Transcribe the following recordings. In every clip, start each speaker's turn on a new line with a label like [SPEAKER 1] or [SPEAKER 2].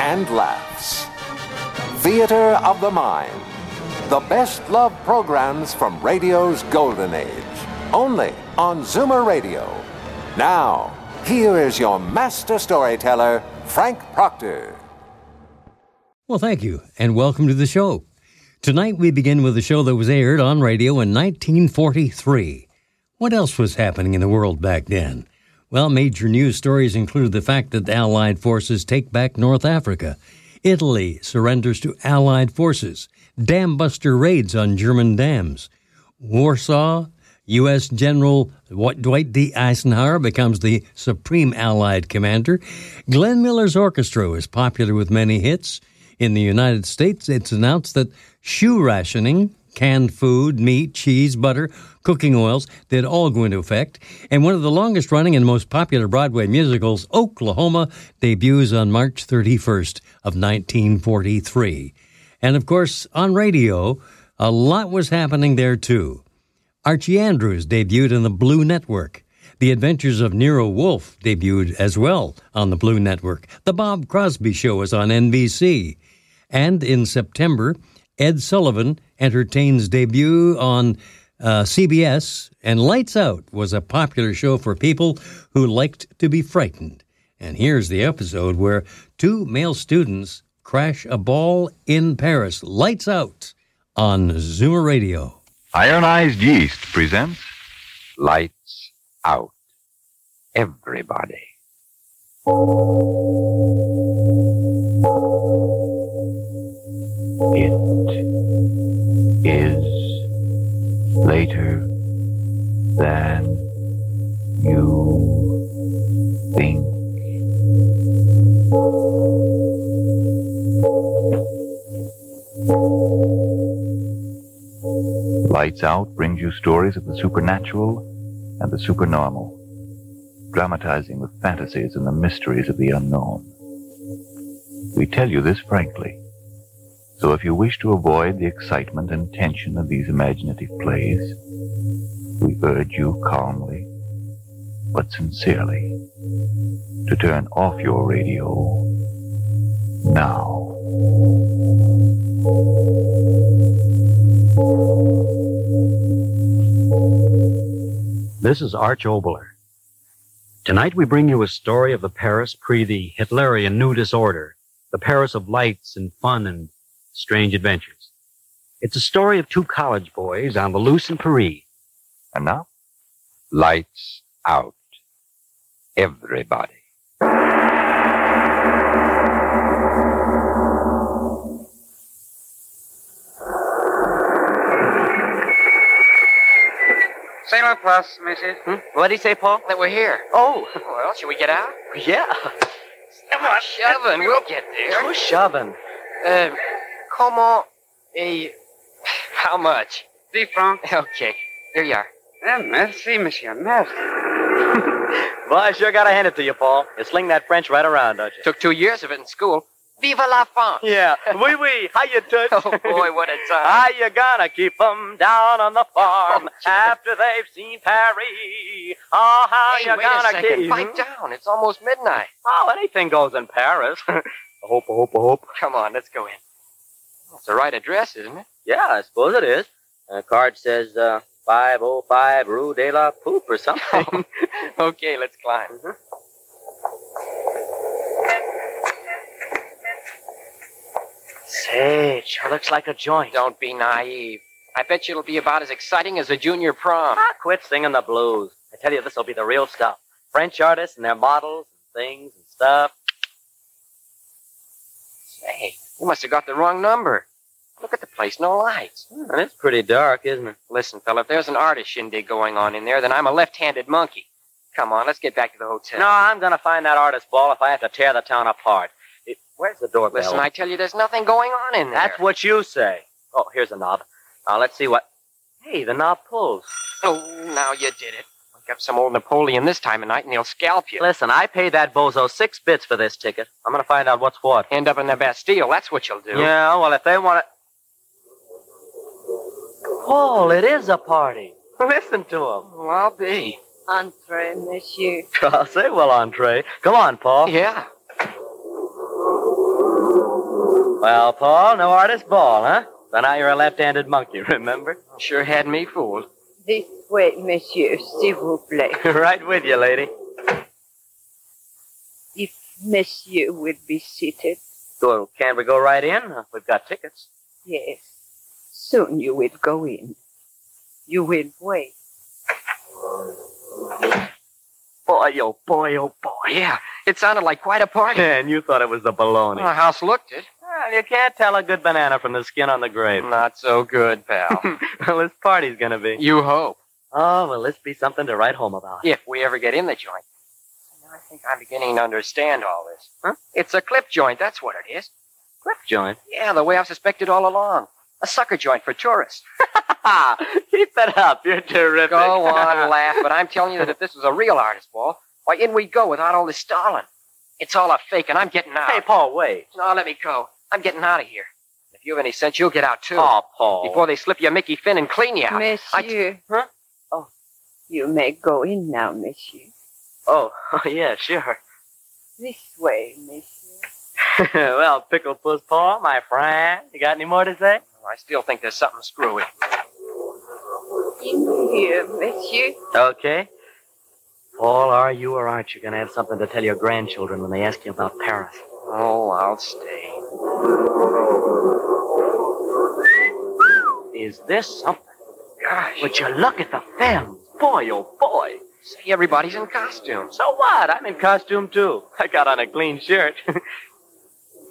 [SPEAKER 1] and laughs. Theater of the Mind. The best love programs from radio's golden age. Only on Zoomer Radio. Now, here is your master storyteller, Frank Proctor.
[SPEAKER 2] Well, thank you, and welcome to the show. Tonight we begin with a show that was aired on radio in 1943. What else was happening in the world back then? Well, major news stories include the fact that the Allied forces take back North Africa, Italy surrenders to Allied forces, dam buster raids on German dams, Warsaw, U.S. General Dwight D. Eisenhower becomes the Supreme Allied Commander, Glenn Miller's orchestra is popular with many hits. In the United States, it's announced that shoe rationing, canned food, meat, cheese, butter, cooking oils, they'd all go into effect. And one of the longest running and most popular Broadway musicals, Oklahoma, debuts on March 31st of 1943. And of course, on radio, a lot was happening there too. Archie Andrews debuted on the Blue Network. The Adventures of Nero Wolfe debuted as well on the Blue Network. The Bob Crosby Show is on NBC. And in September, Ed Sullivan entertains debut on uh, CBS, and Lights Out was a popular show for people who liked to be frightened. And here's the episode where two male students crash a ball in Paris. Lights Out on Zoomer Radio.
[SPEAKER 3] Ironized Yeast presents Lights Out. Everybody. It is later than you think. Lights Out brings you stories of the supernatural and the supernormal, dramatizing the fantasies and the mysteries of the unknown. We tell you this frankly, so if you wish to avoid the excitement and tension of these imaginative plays, we urge you calmly, but sincerely, to turn off your radio now.
[SPEAKER 4] This is Arch Obler. Tonight we bring you a story of the Paris pre the Hitlerian New Disorder, the Paris of lights and fun and strange adventures. It's a story of two college boys on the loose in Paris.
[SPEAKER 3] And now, lights out. Everybody.
[SPEAKER 5] Sailor Plus, Missy.
[SPEAKER 6] What did he say, Paul?
[SPEAKER 5] That we're here.
[SPEAKER 6] Oh,
[SPEAKER 5] Well, should we get out?
[SPEAKER 6] yeah.
[SPEAKER 5] Come on, shoving. We'll get
[SPEAKER 6] No shoving.
[SPEAKER 5] there. Uh, como a. How much? Three francs. Okay. Here you are. Eh, merci, monsieur. Merci.
[SPEAKER 6] Well, I sure gotta hand it to you, Paul. You sling that French right around, don't you?
[SPEAKER 5] Took two years of it in school. Viva la France.
[SPEAKER 6] Yeah. Oui, oui. How you toots?
[SPEAKER 5] Oh, boy, what a time.
[SPEAKER 6] How you gonna keep 'em down on the
[SPEAKER 5] Oh,
[SPEAKER 6] farm after they've seen Paris? Oh, how
[SPEAKER 5] hey,
[SPEAKER 6] you
[SPEAKER 5] wait
[SPEAKER 6] gonna
[SPEAKER 5] a second.
[SPEAKER 6] keep... hmm?
[SPEAKER 5] Pipe down. It's almost midnight.
[SPEAKER 6] Oh, anything goes in Paris. I hope, I hope, I hope.
[SPEAKER 5] Come on, let's go in. It's the right address, isn't it?
[SPEAKER 6] Yeah, I suppose it is. A card says, uh, 505 Rue de la Poupe or something. Mm-hmm.
[SPEAKER 5] Okay, let's climb.
[SPEAKER 6] Say, it sure looks like a joint.
[SPEAKER 5] Don't be naive. I bet you it'll be about as exciting as a junior prom.
[SPEAKER 6] Ah, quit singing the blues. I tell you, this will be the real stuff. French artists and their models and things and stuff.
[SPEAKER 5] Say, you must have got the wrong number. Look at the place, no lights.
[SPEAKER 6] And it's pretty dark, isn't it?
[SPEAKER 5] Listen, fella, if there's an artist shindig going on in there, then I'm a left-handed monkey. Come on, let's get back to the hotel.
[SPEAKER 6] No, I'm going to find that artist ball if I have to tear the town apart. It, where's the doorbell?
[SPEAKER 5] Listen, I tell you, there's nothing going on in there.
[SPEAKER 6] That's what you say. Oh, here's a knob. Now let's see what. Hey, the knob pulls.
[SPEAKER 5] Oh, now you did it. Wake up some old Napoleon this time of night and he'll scalp you.
[SPEAKER 6] Listen, I paid that bozo six bits for this ticket. I'm going to find out what's what.
[SPEAKER 5] End up in the Bastille, that's what you'll do.
[SPEAKER 6] Yeah, well, if they want to. Paul, it is a party. Listen to him.
[SPEAKER 5] Well, I'll be.
[SPEAKER 7] Entree, monsieur.
[SPEAKER 6] I'll say, well, Andre. Come on, Paul.
[SPEAKER 5] Yeah.
[SPEAKER 6] Well, Paul, no artist ball, huh? So now you're a left-handed monkey, remember?
[SPEAKER 5] Sure had me fooled.
[SPEAKER 7] This way, monsieur, s'il vous plaît.
[SPEAKER 6] right with you, lady.
[SPEAKER 7] If monsieur would be seated,
[SPEAKER 6] Well, can we go right in? We've got tickets.
[SPEAKER 7] yes. Soon you will go in. You will wait.
[SPEAKER 6] Boy, oh boy, oh boy.
[SPEAKER 5] Yeah. It sounded like quite a party.
[SPEAKER 6] Man, you thought it was the baloney.
[SPEAKER 5] The house looked it.
[SPEAKER 6] Well, you can't tell a good banana from the skin on the grape.
[SPEAKER 5] Not so good, pal.
[SPEAKER 6] well, this party's gonna be.
[SPEAKER 5] you hope.
[SPEAKER 6] Oh, well, this be something to write home about.
[SPEAKER 5] If we ever get in the joint. Now I think I'm beginning to understand all this. Huh? It's a clip joint, that's what it is.
[SPEAKER 6] Cliff joint.
[SPEAKER 5] Yeah, the way I've suspected all along. A sucker joint for tourists.
[SPEAKER 6] Ha! Keep that up. You're terrific.
[SPEAKER 5] Go on, laugh, but I'm telling you that if this was a real artist ball, why in we go without all this stalling. It's all a fake, and I'm getting out.
[SPEAKER 6] hey, Paul, wait.
[SPEAKER 5] No, let me go. I'm getting out of here. If you have any sense, you'll get out too.
[SPEAKER 6] Oh, Paul.
[SPEAKER 5] Before they slip your Mickey Finn and clean you out. I t-
[SPEAKER 7] Monsieur.
[SPEAKER 5] Huh?
[SPEAKER 7] Oh, you may go in now, monsieur.
[SPEAKER 6] Oh, yeah, sure.
[SPEAKER 7] This way, monsieur.
[SPEAKER 6] well, Pickle Puss Paul, my friend, you got any more to say?
[SPEAKER 5] I still think there's something screwy.
[SPEAKER 7] In here, monsieur.
[SPEAKER 6] Okay. Paul, are you or aren't you going to have something to tell your grandchildren when they ask you about Paris?
[SPEAKER 5] Oh, I'll stay.
[SPEAKER 6] Is this something?
[SPEAKER 5] Gosh.
[SPEAKER 6] Would you look at the films? Boy, oh boy.
[SPEAKER 5] see, everybody's in costumes.
[SPEAKER 6] So what? I'm in costume too. I got on a clean shirt.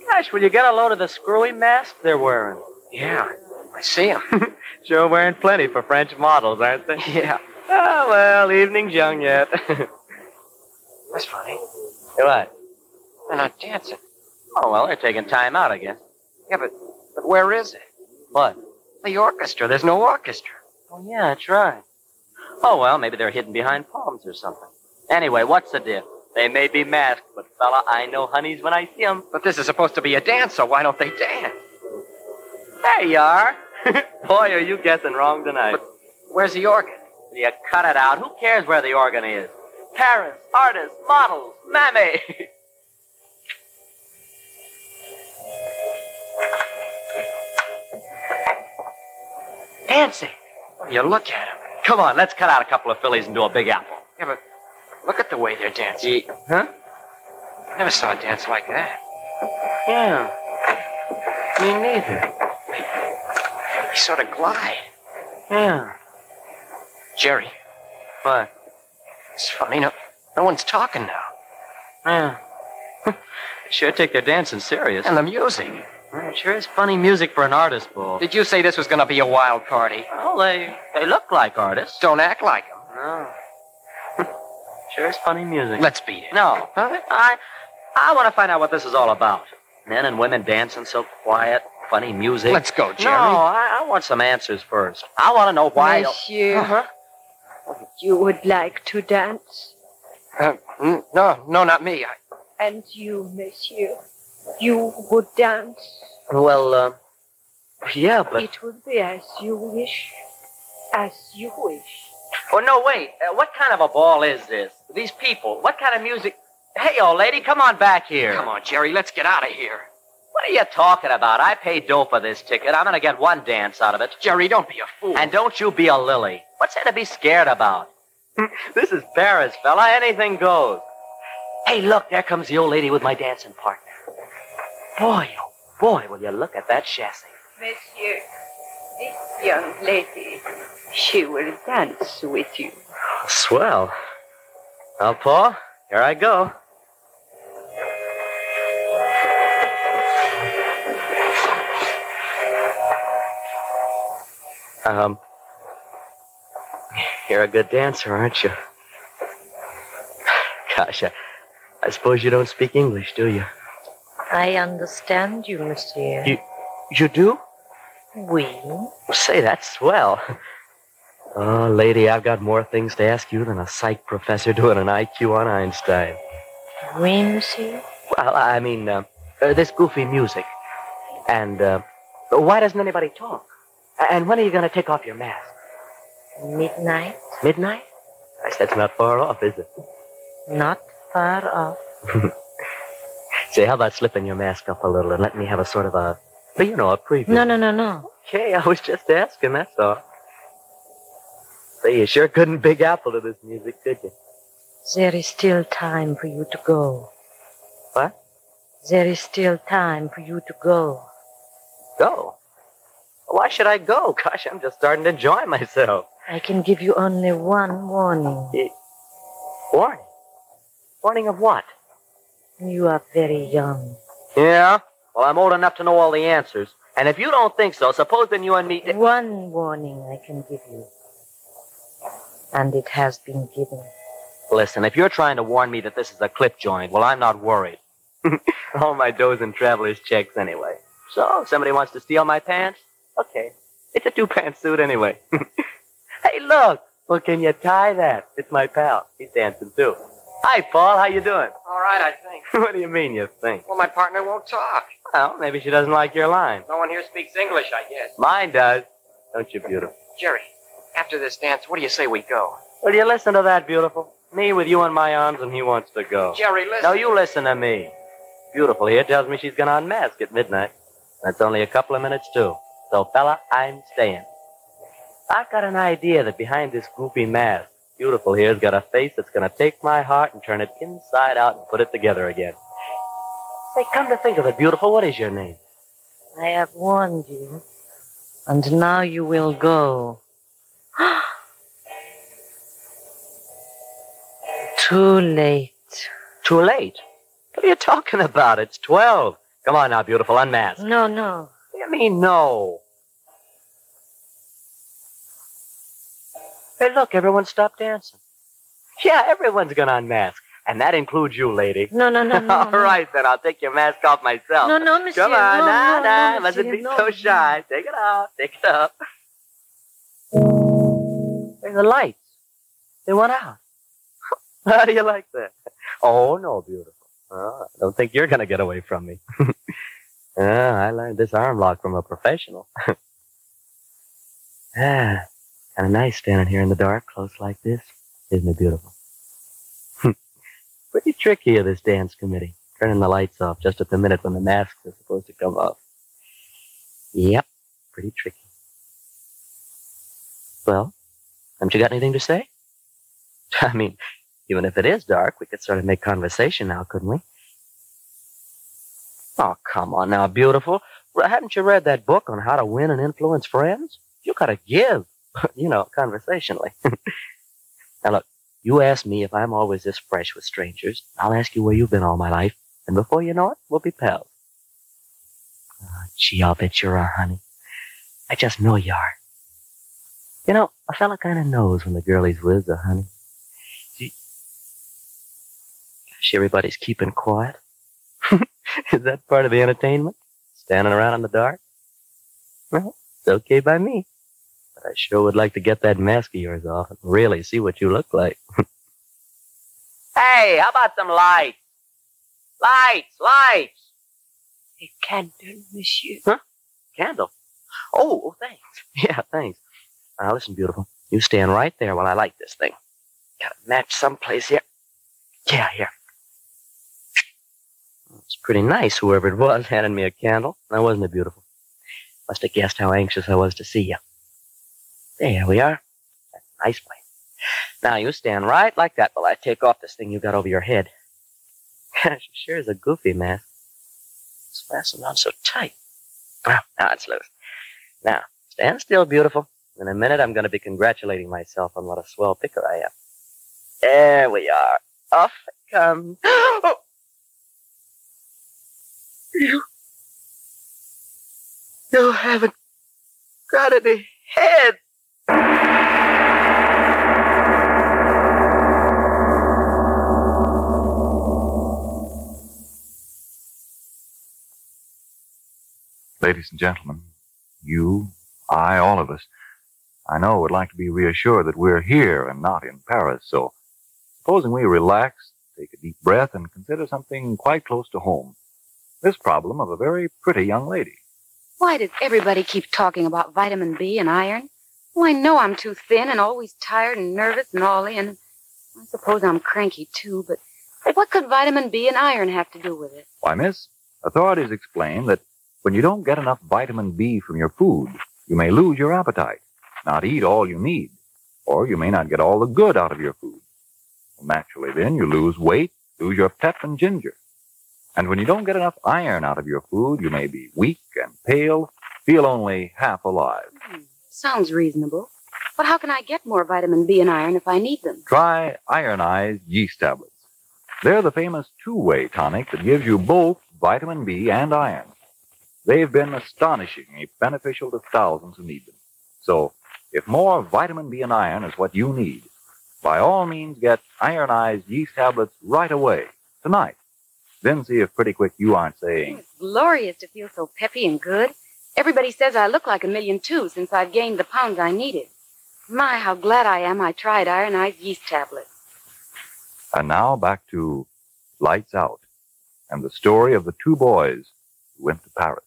[SPEAKER 6] Gosh, will you get a load of the screwy mask they're wearing?
[SPEAKER 5] Yeah, I see 'em.
[SPEAKER 6] Sure, wearing plenty for French models, aren't they?
[SPEAKER 5] yeah,
[SPEAKER 6] Oh, well, evening's young yet.
[SPEAKER 5] that's funny.
[SPEAKER 6] what?
[SPEAKER 5] They're not dancing.
[SPEAKER 6] Oh, well, they're taking time out, I guess.
[SPEAKER 5] Yeah, but, but where is it?
[SPEAKER 6] What?
[SPEAKER 5] The orchestra. There's no orchestra.
[SPEAKER 6] Oh, yeah, that's right. Oh, well, maybe they're hidden behind palms or something. Anyway, what's the deal? They may be masked, but fella, I know honeys when I see 'em.
[SPEAKER 5] But this is supposed to be a dance, so why don't they dance?
[SPEAKER 6] There you are. Boy, are you guessing wrong tonight.
[SPEAKER 5] Where's the organ?
[SPEAKER 6] Will you cut it out? Who cares where the organ is? Paris, artists, models, mammy. Dancing.
[SPEAKER 5] You look at 'em.
[SPEAKER 6] Come on, let's cut out a couple of fillies and do a big apple.
[SPEAKER 5] Yeah, but look at the way they're dancing.
[SPEAKER 6] Huh?
[SPEAKER 5] I never saw a dance like that.
[SPEAKER 6] Yeah.
[SPEAKER 5] Me neither. They sort of glide.
[SPEAKER 6] Yeah.
[SPEAKER 5] Jerry,
[SPEAKER 6] What?
[SPEAKER 5] it's funny. No, no one's talking now.
[SPEAKER 6] Yeah. sure take their dancing serious.
[SPEAKER 5] And the music.
[SPEAKER 6] Yeah, it sure is funny music for an artist ball.
[SPEAKER 5] Did you say this was going to be a wild party?
[SPEAKER 6] Well, they they look like artists.
[SPEAKER 5] Don't act like 'em.
[SPEAKER 6] No. Ah. sure is funny music.
[SPEAKER 5] Let's beat it.
[SPEAKER 6] No.
[SPEAKER 5] Huh?
[SPEAKER 6] I I want to find out what this is all about. Men and women dancing so quiet, funny music.
[SPEAKER 5] Let's go,
[SPEAKER 6] No,
[SPEAKER 5] Jerry.
[SPEAKER 6] I, I want some answers first. I want to know why.
[SPEAKER 7] Monsieur, Oh, you would like to dance?
[SPEAKER 5] Uh, mm, no, no, not me. I,
[SPEAKER 7] And you, monsieur, you would dance?
[SPEAKER 6] Well, uh, yeah, but.
[SPEAKER 7] It would be as you wish. As you wish.
[SPEAKER 6] Oh no, wait. Uh, what kind of a ball is this? These people. What kind of music? Hey, old lady, come on back here.
[SPEAKER 5] come on, Jerry, let's get out of here.
[SPEAKER 6] What are you talking about? I paid dough for this ticket. I'm gonna get one dance out of it.
[SPEAKER 5] Jerry, don't be a fool.
[SPEAKER 6] And don't you be a lily. What's there to be scared about?
[SPEAKER 5] Mm.
[SPEAKER 6] this is Paris, fella. Anything goes. Hey, look, there comes the old lady with my dancing partner. Boy, oh boy, will you look at that chassis.
[SPEAKER 7] Monsieur, this young lady, she will dance with you.
[SPEAKER 6] Oh, Swell. Well, Paul, here I go. Um, you're a good dancer, aren't you? Gosh, I, I suppose you don't speak English, do you?
[SPEAKER 8] I understand you, monsieur.
[SPEAKER 6] You, you do?
[SPEAKER 8] We?
[SPEAKER 6] Say, that's swell. Oh, lady, I've got more things to ask you than a psych professor doing an IQ on Einstein.
[SPEAKER 8] Oui, monsieur?
[SPEAKER 6] Well, I mean, uh, uh, this goofy music. And uh, why doesn't anybody talk? And when are you going to take off your mask?
[SPEAKER 8] Midnight?
[SPEAKER 6] Midnight? Gosh, that's not far off, is it?
[SPEAKER 8] Not far off.
[SPEAKER 6] Say, how about slipping your mask up a little and let me have a sort of a, you know, a preview?
[SPEAKER 8] No, no, no, no.
[SPEAKER 6] Okay, I was just asking, that's all. Say, you sure couldn't big apple to this music, could you?
[SPEAKER 8] There is still time for you to go.
[SPEAKER 6] What?
[SPEAKER 8] There is still time for you to go.
[SPEAKER 6] Go? Why should I go? Gosh, I'm just starting to enjoy myself.
[SPEAKER 8] I can give you only one warning.
[SPEAKER 6] Eh, Warning? Warning of what?
[SPEAKER 8] You are very young.
[SPEAKER 6] Yeah? Well, I'm old enough to know all the answers. And if you don't think so, suppose then you and me.
[SPEAKER 8] One warning I can give you. And it has been given.
[SPEAKER 6] Listen, if you're trying to warn me that this is a clip joint, well, I'm not worried. all my dough's in traveler's checks anyway. So, if somebody wants to steal my pants? Okay. It's a two-pants suit anyway. hey, look! Well, can you tie that? It's my pal. He's dancing too. Hi, Paul. How you doing?
[SPEAKER 5] All right, I think.
[SPEAKER 6] what do you mean you think?
[SPEAKER 5] Well, my partner won't talk.
[SPEAKER 6] Well, maybe she doesn't like your line.
[SPEAKER 5] No one here speaks English, I guess.
[SPEAKER 6] Mine does. Don't you, beautiful?
[SPEAKER 5] Jerry, after this dance, what do you say we go?
[SPEAKER 6] Will you listen to that, beautiful? Me with you in my arms, and he wants to go.
[SPEAKER 5] Jerry, listen.
[SPEAKER 6] No, you listen to me. Beautiful here tells me she's going to unmask at midnight. That's only a couple of minutes, too. So, fella, I'm staying. I've got an idea that behind this goofy mask, Beautiful here's got a face that's going to take my heart and turn it inside out and put it together again. Say, come to think of it, Beautiful, what is your name?
[SPEAKER 8] I have warned you. And now you will go. Too late.
[SPEAKER 6] Too late. What are you talking about? It's 12. Come on now, Beautiful, unmask.
[SPEAKER 8] No, no.
[SPEAKER 6] What do you mean, no? Hey, look, everyone stopped dancing. Yeah, everyone's gonna unmask. And that includes you, lady.
[SPEAKER 8] No, no, no, no.
[SPEAKER 6] All
[SPEAKER 8] no.
[SPEAKER 6] right, then I'll take your mask off myself.
[SPEAKER 8] No, no, monsieur.
[SPEAKER 6] Come on,
[SPEAKER 8] no,
[SPEAKER 6] nah,
[SPEAKER 8] no,
[SPEAKER 6] nah,
[SPEAKER 8] no,
[SPEAKER 6] mustn't
[SPEAKER 8] monsieur,
[SPEAKER 6] be
[SPEAKER 8] no,
[SPEAKER 6] so
[SPEAKER 8] no.
[SPEAKER 6] shy. Take it off, take it off. There's the lights. They went out. How do you like that? Oh, no, beautiful. Ah, I don't think you're gonna get away from me. ah, I learned this arm lock from a professional. ah, kind of nice standing here in the dark, close like this. Isn't it beautiful? Pretty tricky of this dance committee, turning the lights off just at the minute when the masks are supposed to come off. Yep, pretty tricky. Well, haven't you got anything to say? I mean, even if it is dark, we could sort of make conversation now, couldn't we? Oh, come on now, beautiful. Well, haven't you read that book on how to win and influence friends? You gotta give you know, conversationally. now look, you ask me if I'm always this fresh with strangers. I'll ask you where you've been all my life, and before you know it, we'll be pals. Ah, gee, I'll bet you are, honey. I just know you are. You know, a fella kind of knows when the girl he's with a honey. Gee, Gosh, everybody's keeping quiet. Is that part of the entertainment? Standing around in the dark? Well, it's okay by me. I sure would like to get that mask of yours off and really see what you look like. hey, how about some lights? Lights, lights.
[SPEAKER 7] A candle, monsieur.
[SPEAKER 6] Candle. Oh, oh, thanks. Yeah, thanks. Now listen, beautiful. You stand right there while I light this thing. Gotta match someplace here. Yeah, here. It's pretty nice, whoever it was, handed me a candle. Now wasn't it beautiful? Must have guessed how anxious I was to see you. There we are. That's a nice place. Now you stand right like that while I take off this thing you got over your head. Gosh, it sure is a goofy mask. It's fastened on so tight. Well, now it's loose. Now, stand still, beautiful. In a minute, I'm going to be congratulating myself on what a swell picker I am. There we are. Off it comes. Oh! You. You haven't got any head.
[SPEAKER 3] Ladies and gentlemen, you, I, all of us, I know would like to be reassured that we're here and not in Paris, so supposing we relax, take a deep breath, and consider something quite close to home. This problem of a very pretty young lady.
[SPEAKER 9] Why does everybody keep talking about vitamin B and iron? Well, I know I'm too thin and always tired and nervous and all in. I suppose I'm cranky too, but what could vitamin B and iron have to do with it?
[SPEAKER 3] Why, miss, authorities explain that when you don't get enough vitamin B from your food, you may lose your appetite, not eat all you need, or you may not get all the good out of your food. Well, naturally, then, you lose weight, lose your pep and ginger. And when you don't get enough iron out of your food, you may be weak and pale, feel only half alive.
[SPEAKER 9] Sounds reasonable. But how can I get more vitamin B and iron if I need them?
[SPEAKER 3] Try ironized yeast tablets. They're the famous two-way tonic that gives you both vitamin B and iron. They've been astonishingly beneficial to thousands who need them. So, if more vitamin B and iron is what you need, by all means get ironized yeast tablets right away, tonight. Then see if pretty quick you aren't saying,
[SPEAKER 9] Glorious to feel so peppy and good. Everybody says I look like a million two since I've gained the pounds I needed. My, how glad I am I tried ironized yeast tablets.
[SPEAKER 3] And now back to Lights Out and the story of the two boys who went to Paris.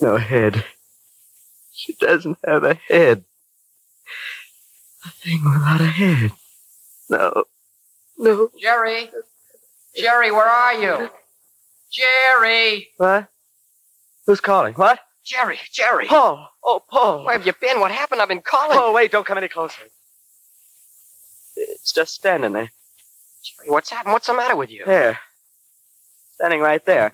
[SPEAKER 6] No head. She doesn't have a head. A thing without a head. No. No.
[SPEAKER 5] Jerry? Jerry, where are you? Jerry!
[SPEAKER 6] What? Who's calling? What?
[SPEAKER 5] Jerry, Jerry!
[SPEAKER 6] Paul! Oh, Paul!
[SPEAKER 5] Where have you been? What happened? I've been calling.
[SPEAKER 6] Oh, wait, don't come any closer. It's just standing there.
[SPEAKER 5] Jerry, what's happened? What's the matter with you?
[SPEAKER 6] There. Standing right there.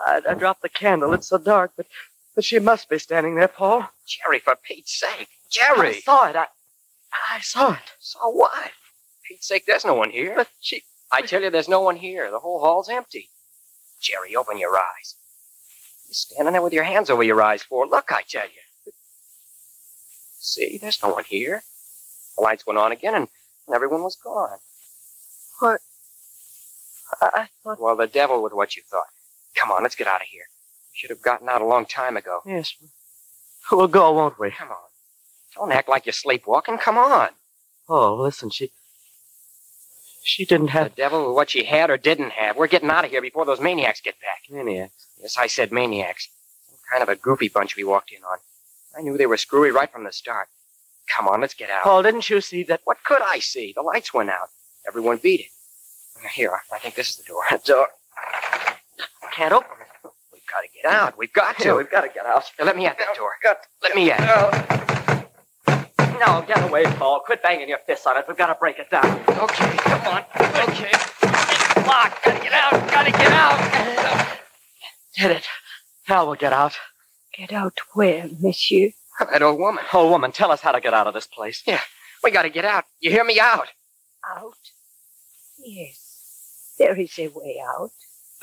[SPEAKER 6] I, I dropped the candle. It's so dark, but, but she must be standing there, Paul.
[SPEAKER 5] Jerry, for Pete's sake.
[SPEAKER 6] I
[SPEAKER 5] Jerry!
[SPEAKER 6] saw it. I, I saw it.
[SPEAKER 5] So what? For Pete's sake, there's no one here.
[SPEAKER 6] But she.
[SPEAKER 5] I tell you, there's no one here. The whole hall's empty. Jerry, open your eyes. You're standing there with your hands over your eyes for. Look, I tell you. See, there's no one here. The lights went on again, and, and everyone was gone.
[SPEAKER 6] What? I, I thought.
[SPEAKER 5] Well, the devil with what you thought. Come on, let's get out of here. We should have gotten out a long time ago.
[SPEAKER 6] Yes. We'll go, won't we?
[SPEAKER 5] Come on. Don't act like you're sleepwalking. Come on.
[SPEAKER 6] Paul, Oh, listen, she. She didn't
[SPEAKER 5] The
[SPEAKER 6] have
[SPEAKER 5] devil with what she had or didn't have. We're getting out of here before those maniacs get back.
[SPEAKER 6] maniac.
[SPEAKER 5] Yes, I said maniacs. Some kind of a goofy bunch we walked in on. I knew they were screwy right from the start. Come on, let's get out.
[SPEAKER 6] Paul, didn't you see that?
[SPEAKER 5] What could I see? The lights went out. Everyone beat it. Here, I think this is the door. The door.
[SPEAKER 6] Can't open it.
[SPEAKER 5] We've got to get out. We've got to.
[SPEAKER 6] got to get out.
[SPEAKER 5] Now, let me at that door.
[SPEAKER 6] got
[SPEAKER 5] Let me at.
[SPEAKER 6] out. No, get away, Paul. Quit banging your fists on it. We've got to break it down.
[SPEAKER 5] Okay, come on. Okay. It's locked. Gotta get out. Gotta get out.
[SPEAKER 6] Did it. Now we'll get out.
[SPEAKER 7] Get out where, monsieur?
[SPEAKER 5] That old woman.
[SPEAKER 6] Oh, woman, tell us how to get out of this place.
[SPEAKER 5] We gotta get out. You hear me out?
[SPEAKER 7] Out? Yes. There is a way out.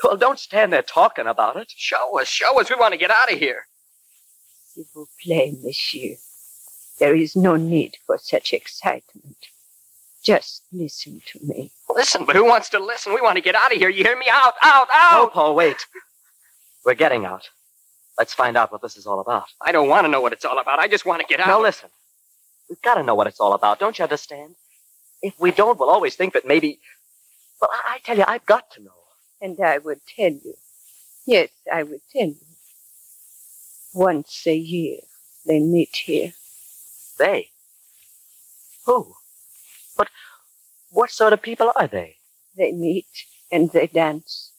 [SPEAKER 6] Well, don't stand there talking about it.
[SPEAKER 5] Show us. Show us. We want to get out of here.
[SPEAKER 7] S'il vous plaît, monsieur. There is no need for such excitement. Just listen to me.
[SPEAKER 5] Listen, but who wants to listen? We want to get out of here. You hear me out? Out.
[SPEAKER 6] No,
[SPEAKER 5] Out.
[SPEAKER 6] Paul, wait. We're getting out. Let's find out what this is all about.
[SPEAKER 5] I don't want to know what it's all about. I just want to get out.
[SPEAKER 6] Now listen. We've got to know what it's all about. Don't you understand? If we don't, we'll always think that maybe. Well, I, I tell you, I've got to know.
[SPEAKER 7] And I will tell you. Yes, I will tell you. Once a year, they meet here.
[SPEAKER 6] They. Who? But what sort of people are they?
[SPEAKER 7] They meet and they dance.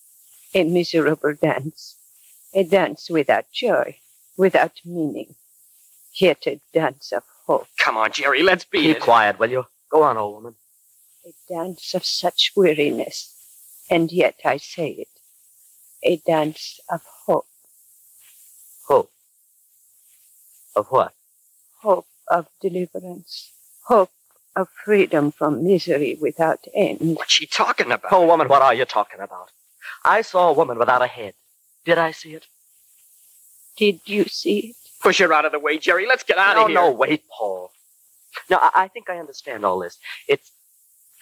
[SPEAKER 7] A miserable dance. A dance without joy, without meaning. Yet a dance of hope.
[SPEAKER 5] Come on, Jerry. Let's be
[SPEAKER 6] Keep
[SPEAKER 5] it.
[SPEAKER 6] quiet, will you? Go on, old woman.
[SPEAKER 7] A dance of such weariness. And yet I say it. A dance of hope.
[SPEAKER 6] Hope. Of what?
[SPEAKER 7] hope of deliverance, hope of freedom from misery without end.
[SPEAKER 5] What's she talking about?
[SPEAKER 6] Oh, woman, what are you talking about? I saw a woman without a head. Did I see it?
[SPEAKER 7] Did you see it?
[SPEAKER 5] Push her out of the way, Jerry. Let's get out
[SPEAKER 6] no,
[SPEAKER 5] of here.
[SPEAKER 6] no, wait, Paul. No, I, I think I understand all this. It's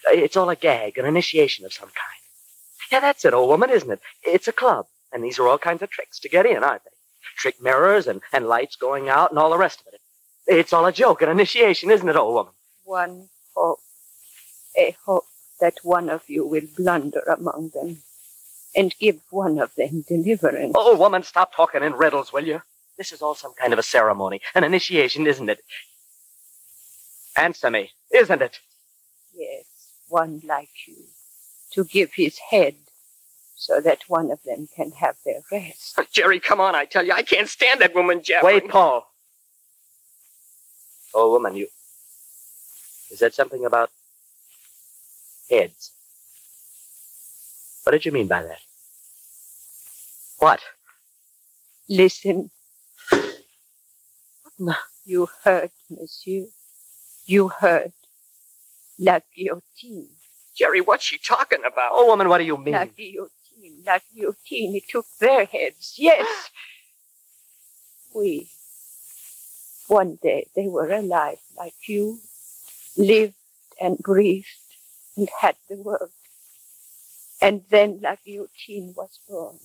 [SPEAKER 6] it's all a gag, an initiation of some kind. Yeah, that's it, old woman, isn't it? It's a club, and these are all kinds of tricks to get in, aren't they? Trick mirrors and, and lights going out and all the rest of it. It's all a joke, an initiation, isn't it, old woman?
[SPEAKER 7] One hope. A hope that one of you will blunder among them and give one of them deliverance.
[SPEAKER 6] Oh, woman, stop talking in riddles, will you? This is all some kind of a ceremony, an initiation, isn't it? Answer me, isn't it?
[SPEAKER 7] Yes, one like you, to give his head so that one of them can have their rest.
[SPEAKER 5] Jerry, come on, I tell you. I can't stand that woman, Jeff.
[SPEAKER 6] Wait, Paul. Oh, woman, you. You said something about heads. What did you mean by that? What?
[SPEAKER 7] Listen. You heard, monsieur. You heard. La guillotine.
[SPEAKER 5] Jerry, what's she talking about?
[SPEAKER 6] Oh, woman, what do you mean?
[SPEAKER 7] La guillotine. La guillotine. It took their heads. Yes. we. One day they were alive like you, lived and breathed and had the world. And then La Guillotine was born.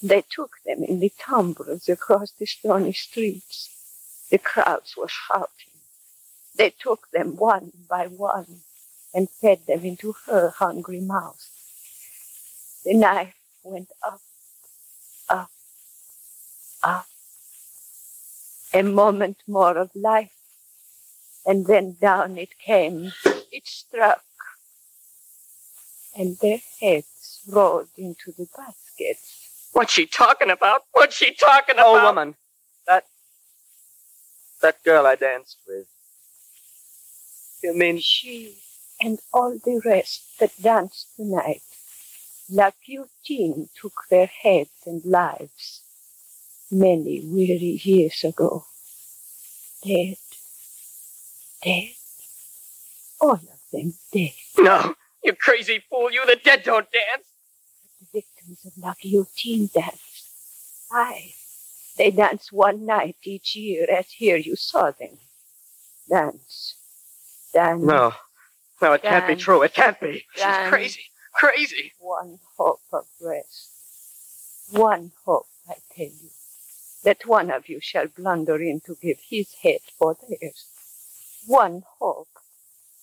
[SPEAKER 7] They took them in the tumbrils across the stony streets. The crowds were shouting. They took them one by one and fed them into her hungry mouth. The knife went up, up, up. A moment more of life, and then down it came. It struck, and their heads rolled into the baskets.
[SPEAKER 5] What's she talking about? What's she talking about?
[SPEAKER 6] Oh, woman. That. That girl I danced with. You mean
[SPEAKER 7] she? and all the rest that danced tonight. La Guillotine took their heads and lives many weary years ago. Dead. Dead. All of them dead.
[SPEAKER 5] No, you crazy fool. You, the dead, don't dance.
[SPEAKER 7] The victims of La Guillotine dance. Aye. They dance one night each year as here you saw them. Dance. Dance.
[SPEAKER 6] No.
[SPEAKER 5] No, it can't be
[SPEAKER 7] Dan.
[SPEAKER 5] true. It can't be.
[SPEAKER 7] Dan.
[SPEAKER 5] She's crazy. Crazy.
[SPEAKER 7] One hope of rest. One hope, I tell you, that one of you shall blunder in to give his head for theirs. One hope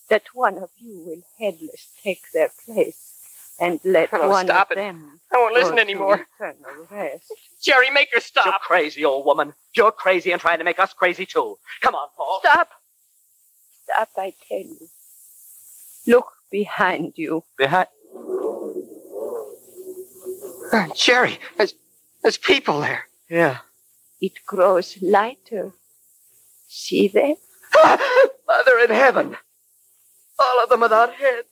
[SPEAKER 7] that one of you will headless take their place and let
[SPEAKER 5] Oh,
[SPEAKER 7] one
[SPEAKER 5] stop
[SPEAKER 7] of
[SPEAKER 5] it.
[SPEAKER 7] them
[SPEAKER 5] I won't listen
[SPEAKER 7] go to
[SPEAKER 5] anymore.
[SPEAKER 7] eternal rest.
[SPEAKER 5] Jerry, make her stop.
[SPEAKER 6] You're crazy, old woman. You're crazy and trying to make us crazy, too. Come on, Paul.
[SPEAKER 7] Stop! Stop, I tell you. Look behind you.
[SPEAKER 6] Behind.
[SPEAKER 5] Uh, Jerry, there's, there's people there.
[SPEAKER 6] Yeah.
[SPEAKER 7] It grows lighter. See them?
[SPEAKER 6] Mother in heaven. All of them without heads.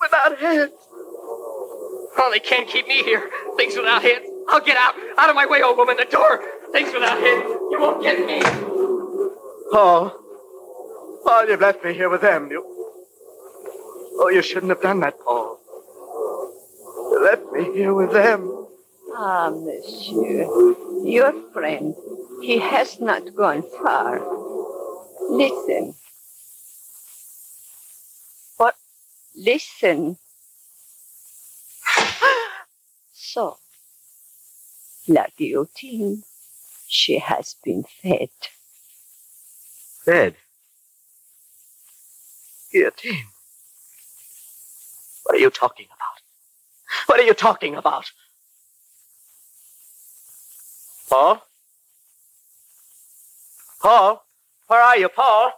[SPEAKER 6] Without heads.
[SPEAKER 5] Oh, they can't keep me here. Things without heads. I'll get out. Out of my way, old woman. The door. Things without heads. You won't get me.
[SPEAKER 6] Paul. Paul, you've left me here with them. You. Oh, you shouldn't have done that, Paul. You left me here with them.
[SPEAKER 7] Ah, monsieur, your friend, he has not gone far. Listen. What? Listen. so, La Guillotine, she has been fed.
[SPEAKER 6] Fed. Guillotine. What are you talking about? What are you talking about? Paul? Paul? Where are you, Paul?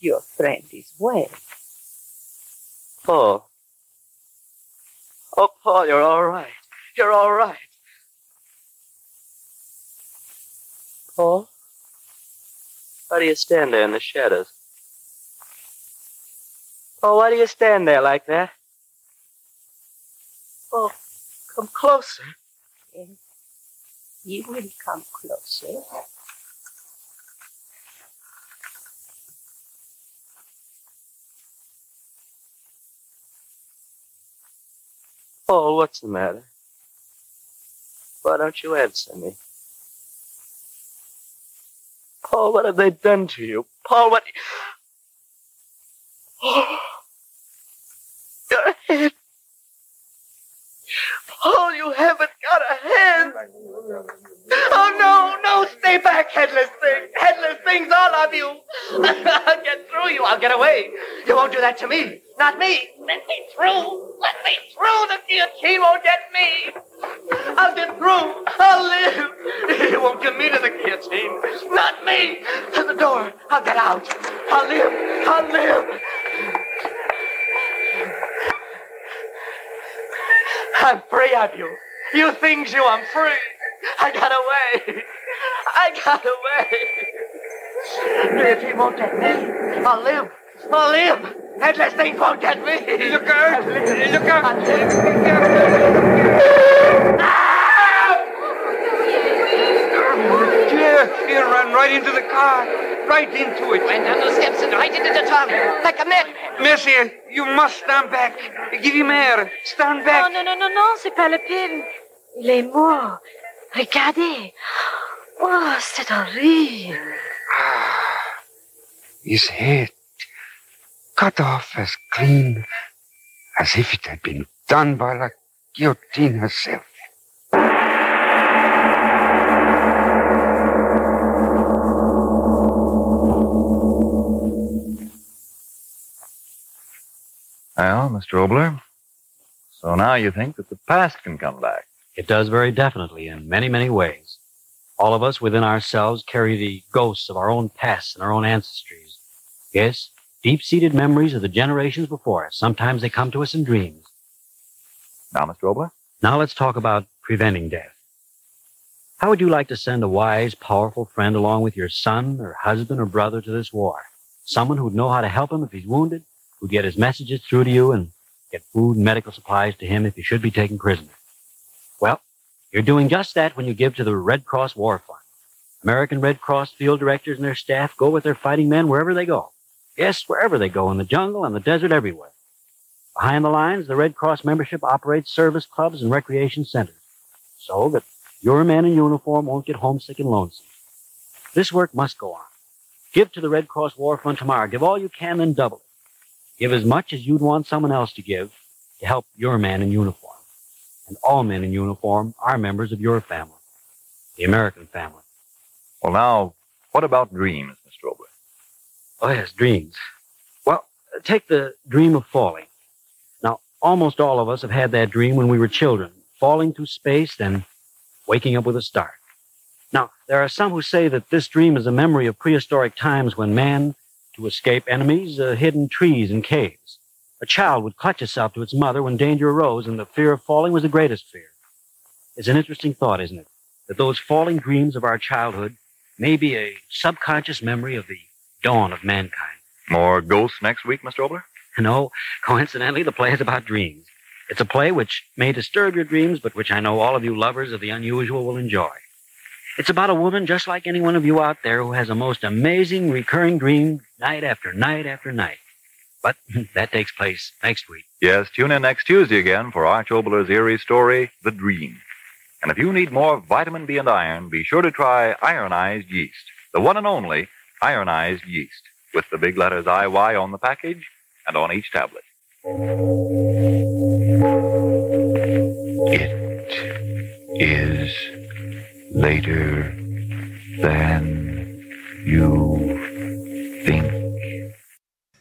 [SPEAKER 7] Your friend is well.
[SPEAKER 6] Paul. Oh, Paul, you're all right. You're all right. Paul? Why do you stand there in the shadows? Oh, why do you stand there like that? Oh, come closer.
[SPEAKER 7] Yes. You will come closer.
[SPEAKER 6] Paul, what's the matter? Why don't you answer me? Paul, what have they done to you? Paul, what?
[SPEAKER 10] Your head. Oh, you haven't got a head. Oh, no, no, stay back, headless thing. Headless things, all of you. I'll get through you. I'll get away. You won't do that to me. Not me. Let me through. Let me through. The guillotine won't get me. I'll get through. I'll live. It won't get me to the guillotine. Not me. To the door. I'll get out. I'll live. I'll live. I'm free of you. You things you, I'm free. I got away. I got away. Guillotine won't get me. I'll live. I'll live. Headless thing won't get me. Look out. Look out. I'll live.
[SPEAKER 11] Dear, it ran right into the car. Right into it. Went down the steps and right into the tunnel. Like a madman. Mercier, you must stand back. Give him air. Stand back.
[SPEAKER 12] Non, non, non, non, non, c'est pas la peine. Il est mort. Regardez. Oh, c'est horrible.
[SPEAKER 13] His head cut off as clean as if it had been done by la guillotine herself.
[SPEAKER 3] Well, Mr. Obler, so now you think that the past can come back.
[SPEAKER 4] It does very definitely in many, many ways. All of us within ourselves carry the ghosts of our own past and our own ancestries. Yes, deep seated memories of the generations before us. Sometimes they come to us in dreams.
[SPEAKER 3] Now, Mr. Obler?
[SPEAKER 4] Now let's talk about preventing death. How would you like to send a wise, powerful friend along with your son or husband or brother to this war? Someone who'd know how to help him if he's wounded, who'd get his messages through to you and get food and medical supplies to him if he should be taken prisoner. Well, you're doing just that when you give to the Red Cross War Fund. American Red Cross field directors and their staff go with their fighting men wherever they go. Yes, wherever they go, in the jungle, in the desert, everywhere. Behind the lines, the Red Cross membership operates service clubs and recreation centers so that your men in uniform won't get homesick and lonesome. This work must go on. Give to the Red Cross War Fund tomorrow. Give all you can, then double it. Give as much as you'd want someone else to give to help your man in uniform. And all men in uniform are members of your family, the American family.
[SPEAKER 3] Well, now, what about dreams, Mr. Obler?
[SPEAKER 4] Oh, yes, dreams. Well, take the dream of falling. Now, almost all of us have had that dream when we were children, falling through space, then waking up with a start. Now, there are some who say that this dream is a memory of prehistoric times when man, to escape enemies, uh, hid in trees and caves. A child would clutch itself to its mother when danger arose, and the fear of falling was the greatest fear. It's an interesting thought, isn't it? That those falling dreams of our childhood may be a subconscious memory of the dawn of mankind.
[SPEAKER 3] More ghosts next week, Mr. Obler?
[SPEAKER 4] No, coincidentally, the play is about dreams. It's a play which may disturb your dreams, but which I know all of you lovers of the unusual will enjoy. It's about a woman just like any one of you out there who has a most amazing recurring dream night after night after night. But that takes place next week.
[SPEAKER 3] Yes, tune in next Tuesday again for Arch Obler's eerie story, The Dream. And if you need more vitamin B and iron, be sure to try ironized yeast, the one and only ironized yeast, with the big letters IY on the package and on each tablet.
[SPEAKER 13] is later than you think.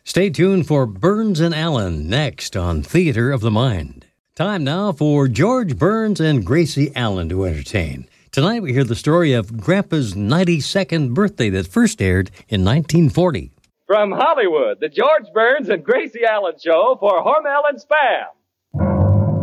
[SPEAKER 2] Stay tuned for Burns and Allen next on Theater of the Mind. Time now for George Burns and Gracie Allen to entertain. Tonight we hear the story of Grandpa's 92nd birthday that first aired in 1940.
[SPEAKER 14] From Hollywood, the George Burns and Gracie Allen Show for Hormel and Spam.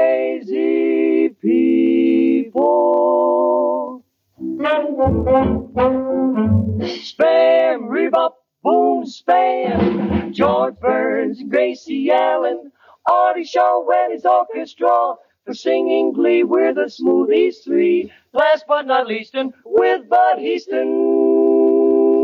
[SPEAKER 10] Crazy people. Spam, rebop, boom, spam. George Burns and Gracie Allen. Artie Shaw and his orchestra. For singing glee, we're the smoothies three. Last but not least, and with Bud Heaston.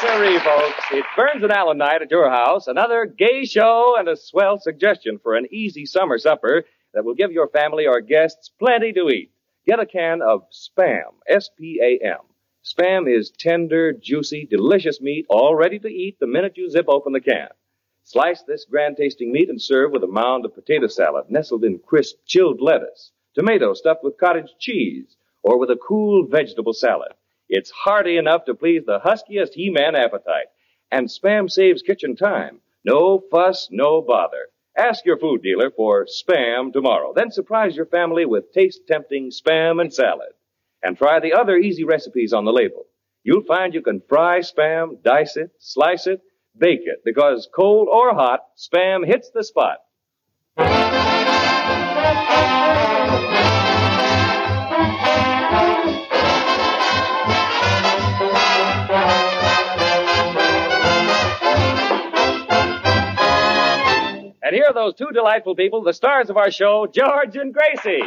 [SPEAKER 14] siree, folks. It's Burns and Allen night at your house. Another gay show and a swell suggestion for an easy summer supper that will give your family or guests plenty to eat. Get a can of Spam, S-P-A-M. Spam is tender, juicy, delicious meat, all ready to eat the minute you zip open the can. Slice this grand tasting meat and serve with a mound of potato salad nestled in crisp, chilled lettuce, tomato stuffed with cottage cheese, or with a cool vegetable salad. It's hearty enough to please the huskiest He Man appetite. And Spam saves kitchen time. No fuss, no bother. Ask your food dealer for Spam tomorrow. Then surprise your family with taste tempting Spam and salad. And try the other easy recipes on the label. You'll find you can fry Spam, dice it, slice it, bake it, because cold or hot, Spam hits the spot. And here are those two delightful people, the stars of our show, George and Gracie.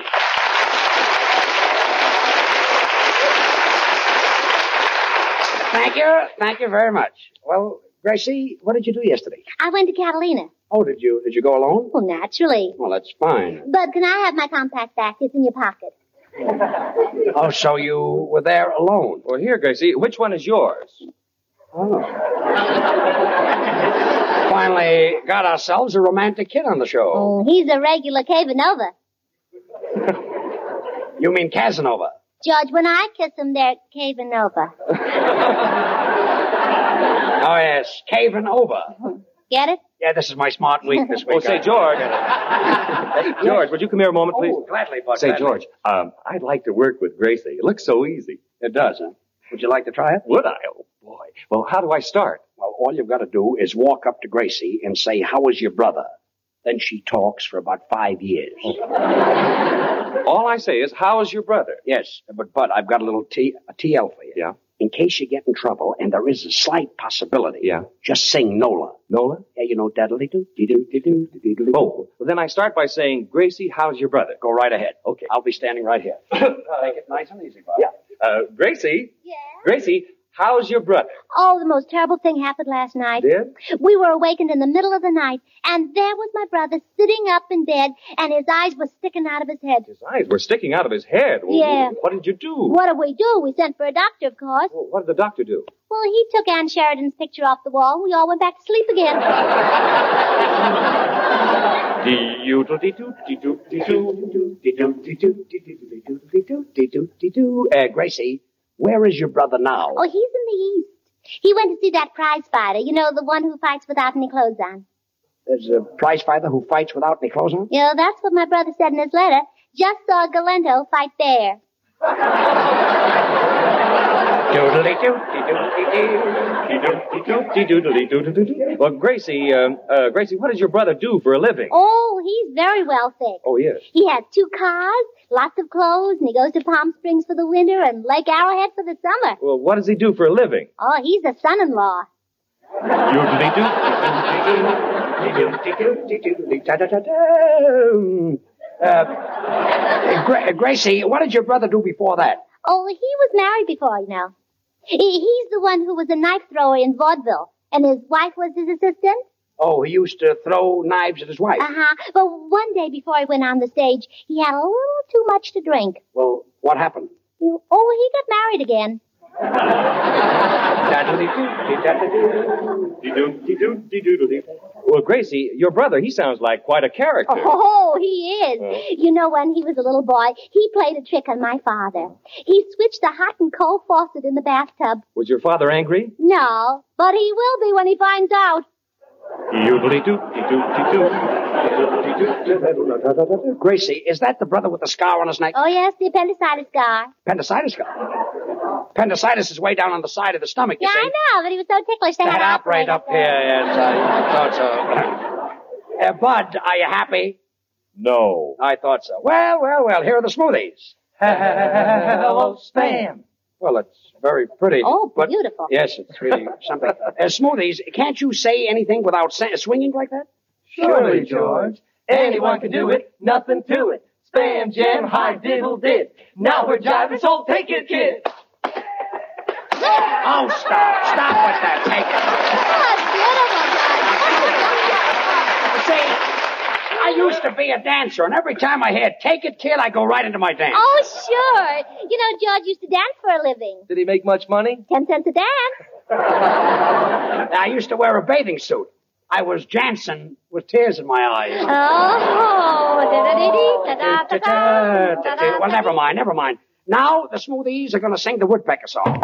[SPEAKER 15] Thank you. Thank you very much. Well, Gracie, what did you do yesterday?
[SPEAKER 16] I went to Catalina.
[SPEAKER 15] Oh, did you did you go alone?
[SPEAKER 16] Well, naturally.
[SPEAKER 15] Well, that's fine.
[SPEAKER 16] But can I have my compact back? It's in your pocket.
[SPEAKER 15] Oh, so you were there alone? Oh.
[SPEAKER 14] Well, here, Gracie, which one is yours?
[SPEAKER 15] Finally got ourselves a romantic kid on the show.
[SPEAKER 16] Oh, he's a regular Cavanova. Oh.
[SPEAKER 15] You mean Casanova?
[SPEAKER 16] George, when I kiss him, they're Cavanova.
[SPEAKER 15] Oh yes, caving over.
[SPEAKER 16] Get it?
[SPEAKER 15] Yeah, this is my smart week this week.
[SPEAKER 14] Oh, say, George. George, would you come here a moment, please?
[SPEAKER 15] Oh, gladly, Buck.
[SPEAKER 14] Say,
[SPEAKER 15] gladly.
[SPEAKER 14] George, um, I'd like to work with Gracie. It looks so easy. It does, huh?
[SPEAKER 15] Would you like to try it?
[SPEAKER 14] Would I? Oh, boy. Well, how do I start?
[SPEAKER 15] Well, all you've got to do is walk up to Gracie and say, "How is your brother?" Then she talks for about five years.
[SPEAKER 14] All I say is, "How is your brother?"
[SPEAKER 15] Yes, but Bud, I've got a little T, a TL for you.
[SPEAKER 14] Yeah.
[SPEAKER 15] In case you get in trouble, and there is a slight possibility.
[SPEAKER 14] Yeah.
[SPEAKER 15] Just sing Nola.
[SPEAKER 14] Nola?
[SPEAKER 15] Yeah, you know, daddly do, do, do, do, do, do.
[SPEAKER 14] Oh, well, then I start by saying, Gracie, how's your brother?
[SPEAKER 15] Go right ahead.
[SPEAKER 14] Okay.
[SPEAKER 15] I'll be standing right here. Take it nice and easy, Bob. Yeah.
[SPEAKER 14] Uh, Gracie? Yeah? Gracie, how's your brother?
[SPEAKER 16] Oh, the most terrible thing happened last night.
[SPEAKER 14] Did?
[SPEAKER 16] We were awakened in the middle of the night, and there was my brother sitting up in bed, and his eyes were sticking out of his head.
[SPEAKER 14] His eyes were sticking out of his head. Well,
[SPEAKER 16] Yeah.
[SPEAKER 14] What did you do?
[SPEAKER 16] What did we do? We sent for a doctor, of course.
[SPEAKER 14] Well, what did the doctor do?
[SPEAKER 16] Well, he took Anne Sheridan's picture off the wall, and we all went back to sleep again.
[SPEAKER 15] Uh, Gracie, where is your brother now?
[SPEAKER 16] Oh, he's in the east. He went to see that prize fighter, you know, the one who fights without any clothes on.
[SPEAKER 15] There's a prize fighter who fights without any clothes on?
[SPEAKER 16] You know, that's what my brother said in his letter. Just saw Galento fight there.
[SPEAKER 14] Well, Gracie, um, uh, Gracie, what does your brother do for a living?
[SPEAKER 16] Oh, he's very wealthy.
[SPEAKER 14] Oh, yes.
[SPEAKER 16] He has two cars, lots of clothes, and he goes to Palm Springs for the winter and Lake Arrowhead for the summer.
[SPEAKER 14] Well, what does he do for a living?
[SPEAKER 16] Oh, he's a son-in-law.
[SPEAKER 15] Uh, Gra- uh, Gracie, what did your brother do before that?
[SPEAKER 16] Oh, he was married before, you know. He- He's the one who was a knife thrower in vaudeville, and his wife was his assistant.
[SPEAKER 15] Oh, he used to throw knives at his wife.
[SPEAKER 16] Uh-huh. But one day before he went on the stage, he had a little too much to drink.
[SPEAKER 15] Well, what happened?
[SPEAKER 16] You- Oh, he got married again.
[SPEAKER 14] Well, Gracie, your brother, he sounds like quite a character.
[SPEAKER 16] Oh, he is. You know, when he was a little boy, he played a trick on my father. He switched the hot and cold faucet in the bathtub.
[SPEAKER 14] Was your father angry?
[SPEAKER 16] No, but he will be when he finds out.
[SPEAKER 15] Gracie, is that the brother with the scar on his neck?
[SPEAKER 16] Oh, yes, the appendicitis guy.
[SPEAKER 15] Appendicitis scar. Appendicitis is way down on the side of the stomach, you
[SPEAKER 16] Yeah, I
[SPEAKER 15] see.
[SPEAKER 16] know, but he was so ticklish they had to
[SPEAKER 15] operate
[SPEAKER 16] operate
[SPEAKER 15] up here. Yes, I thought so. Uh, Bud, are you happy?
[SPEAKER 14] No.
[SPEAKER 15] I thought so. Well, well, well, here are the smoothies. Hello, Spam. Well, it's very pretty.
[SPEAKER 16] Oh,
[SPEAKER 15] but-
[SPEAKER 16] beautiful.
[SPEAKER 15] Yes, it's really something. Uh, smoothies, can't you say anything without sa- swinging like that?
[SPEAKER 10] Surely, George. Anyone can do it, nothing to it. Spam jam, high diddle did. Now we're driving, so take it, kid.
[SPEAKER 15] Oh, stop. Stop with that. Take it. See, I used to be a dancer, and every time I hear take it, kid, I go right into my dance.
[SPEAKER 16] Oh, sure. You know, George used to dance for a living.
[SPEAKER 15] Did he make much money?
[SPEAKER 16] Ten cents a dance.
[SPEAKER 15] I used to wear a bathing suit. I was Jansen with tears in my eyes.
[SPEAKER 16] Oh, da-da-dee-dee, da-da-da-da.
[SPEAKER 15] Well, never mind, never mind. Now the smoothies are going to sing the woodpecker song.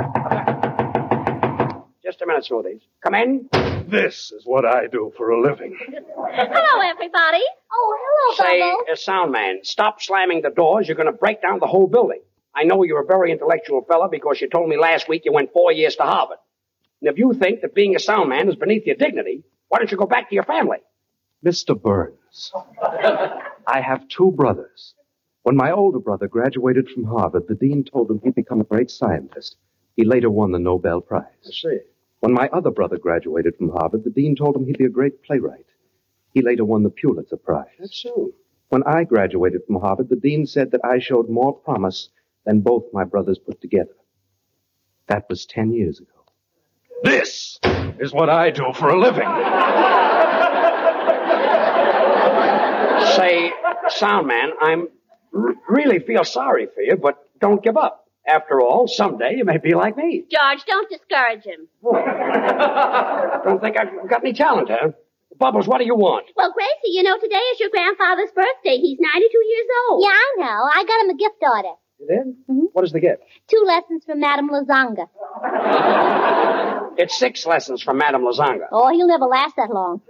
[SPEAKER 15] Just a minute, smoothies. Come in.
[SPEAKER 17] This is what I do for a living.
[SPEAKER 16] Hello, everybody. Oh, hello,
[SPEAKER 15] Say,
[SPEAKER 16] Bubble.
[SPEAKER 15] uh, sound man, stop slamming the doors. You're going to break down the whole building. I know you're a very intellectual fella because you told me last week you went four years to Harvard. And if you think that being a sound man is beneath your dignity, why don't you go back to your family?
[SPEAKER 17] Mr. Burns, I have two brothers. When my older brother graduated from Harvard, the dean told him he'd become a great scientist. He later won the Nobel Prize.
[SPEAKER 15] I see.
[SPEAKER 17] When my other brother graduated from Harvard, the dean told him he'd be a great playwright. He later won the Pulitzer Prize.
[SPEAKER 15] That's so.
[SPEAKER 17] When I graduated from Harvard, the dean said that I showed more promise than both my brothers put together. That was ten years ago. This is what I do for a living.
[SPEAKER 15] Say, sound man, I'm r- really feel sorry for you, but don't give up. After all, someday you may be like me.
[SPEAKER 16] George, don't discourage him.
[SPEAKER 15] Don't think I've got any talent, huh? Bubbles, what do you want?
[SPEAKER 16] Well, Gracie, you know, today is your grandfather's birthday. He's 92 years old. Yeah, I know. I got him a gift order.
[SPEAKER 15] You did?
[SPEAKER 16] Mm-hmm.
[SPEAKER 15] What is the gift?
[SPEAKER 16] Two lessons from Madame Lazanga.
[SPEAKER 15] It's six lessons from Madame Lazanga.
[SPEAKER 16] Oh, he'll never last that long.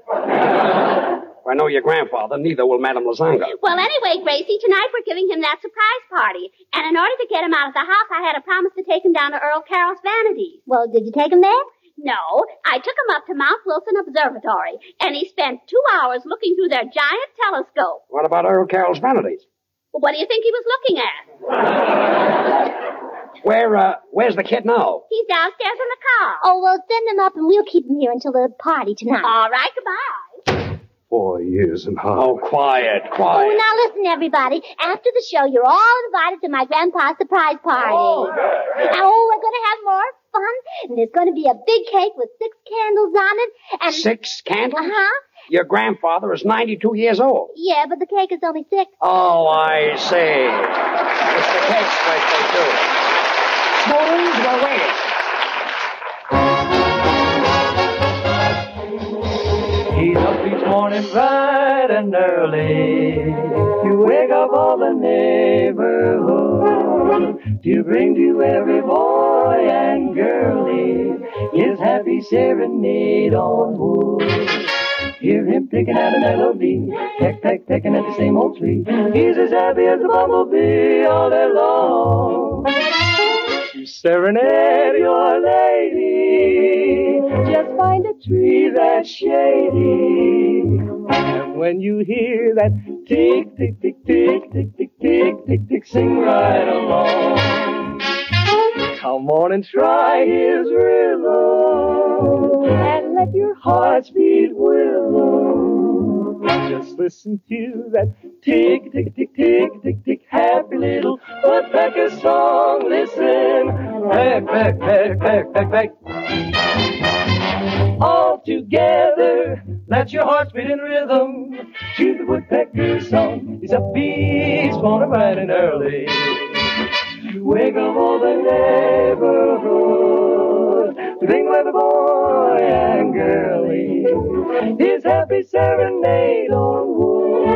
[SPEAKER 15] If I know your grandfather, neither will Madame Lazanga.
[SPEAKER 16] Well, anyway, Gracie, tonight we're giving him that surprise party. And in order to get him out of the house, I had a promise to take him down to Earl Carroll's vanities. Well, did you take him there? No, I took him up to Mount Wilson Observatory, and he spent two hours looking through their giant telescope.
[SPEAKER 15] What about Earl Carroll's vanities?
[SPEAKER 16] Well, what do you think he was looking at?
[SPEAKER 15] Where, uh, where's the kid now?
[SPEAKER 16] He's downstairs in the car. Oh, well, send him up and we'll keep him here until the party tonight. All right, goodbye.
[SPEAKER 17] Four years in Harvard.
[SPEAKER 15] Oh, quiet, quiet.
[SPEAKER 16] Oh, now listen, everybody. After the show, you're all invited to my grandpa's surprise party. Oh, we're going to have more fun, and there's going to be a big cake with six candles on it, and...
[SPEAKER 15] Six candles?
[SPEAKER 16] Uh-huh.
[SPEAKER 15] Your grandfather is 92 years old.
[SPEAKER 16] Yeah, but the cake is only six.
[SPEAKER 15] Oh, I see. It's the cake's birthday, too. Smoothies, we're waiting.
[SPEAKER 18] He's up each morning bright and early. You wake up all the neighborhood to bring to every boy and girlie his happy serenade on wood. Hear him picking at a melody, peck, peck, pecking at the same old tree. He's as happy as a bumblebee all day long. You serenade your lady, just find a tree that's shady. And when you hear that tick, tick, tick, tick, tick, tick, tick, tick, tick, sing right along. Come on and try his rhythm, and let your hearts beat willow. Just listen to that tick, tick, tick, tick, tick, tick, happy little woodpecker song. Listen, peck, peck, peck, peck, peck, peck. All together, let your hearts beat in rhythm to the woodpecker song. He's up each morning bright and early. You wake up all the neighborhood to think where the boy and girlie. His happy serenade on wood,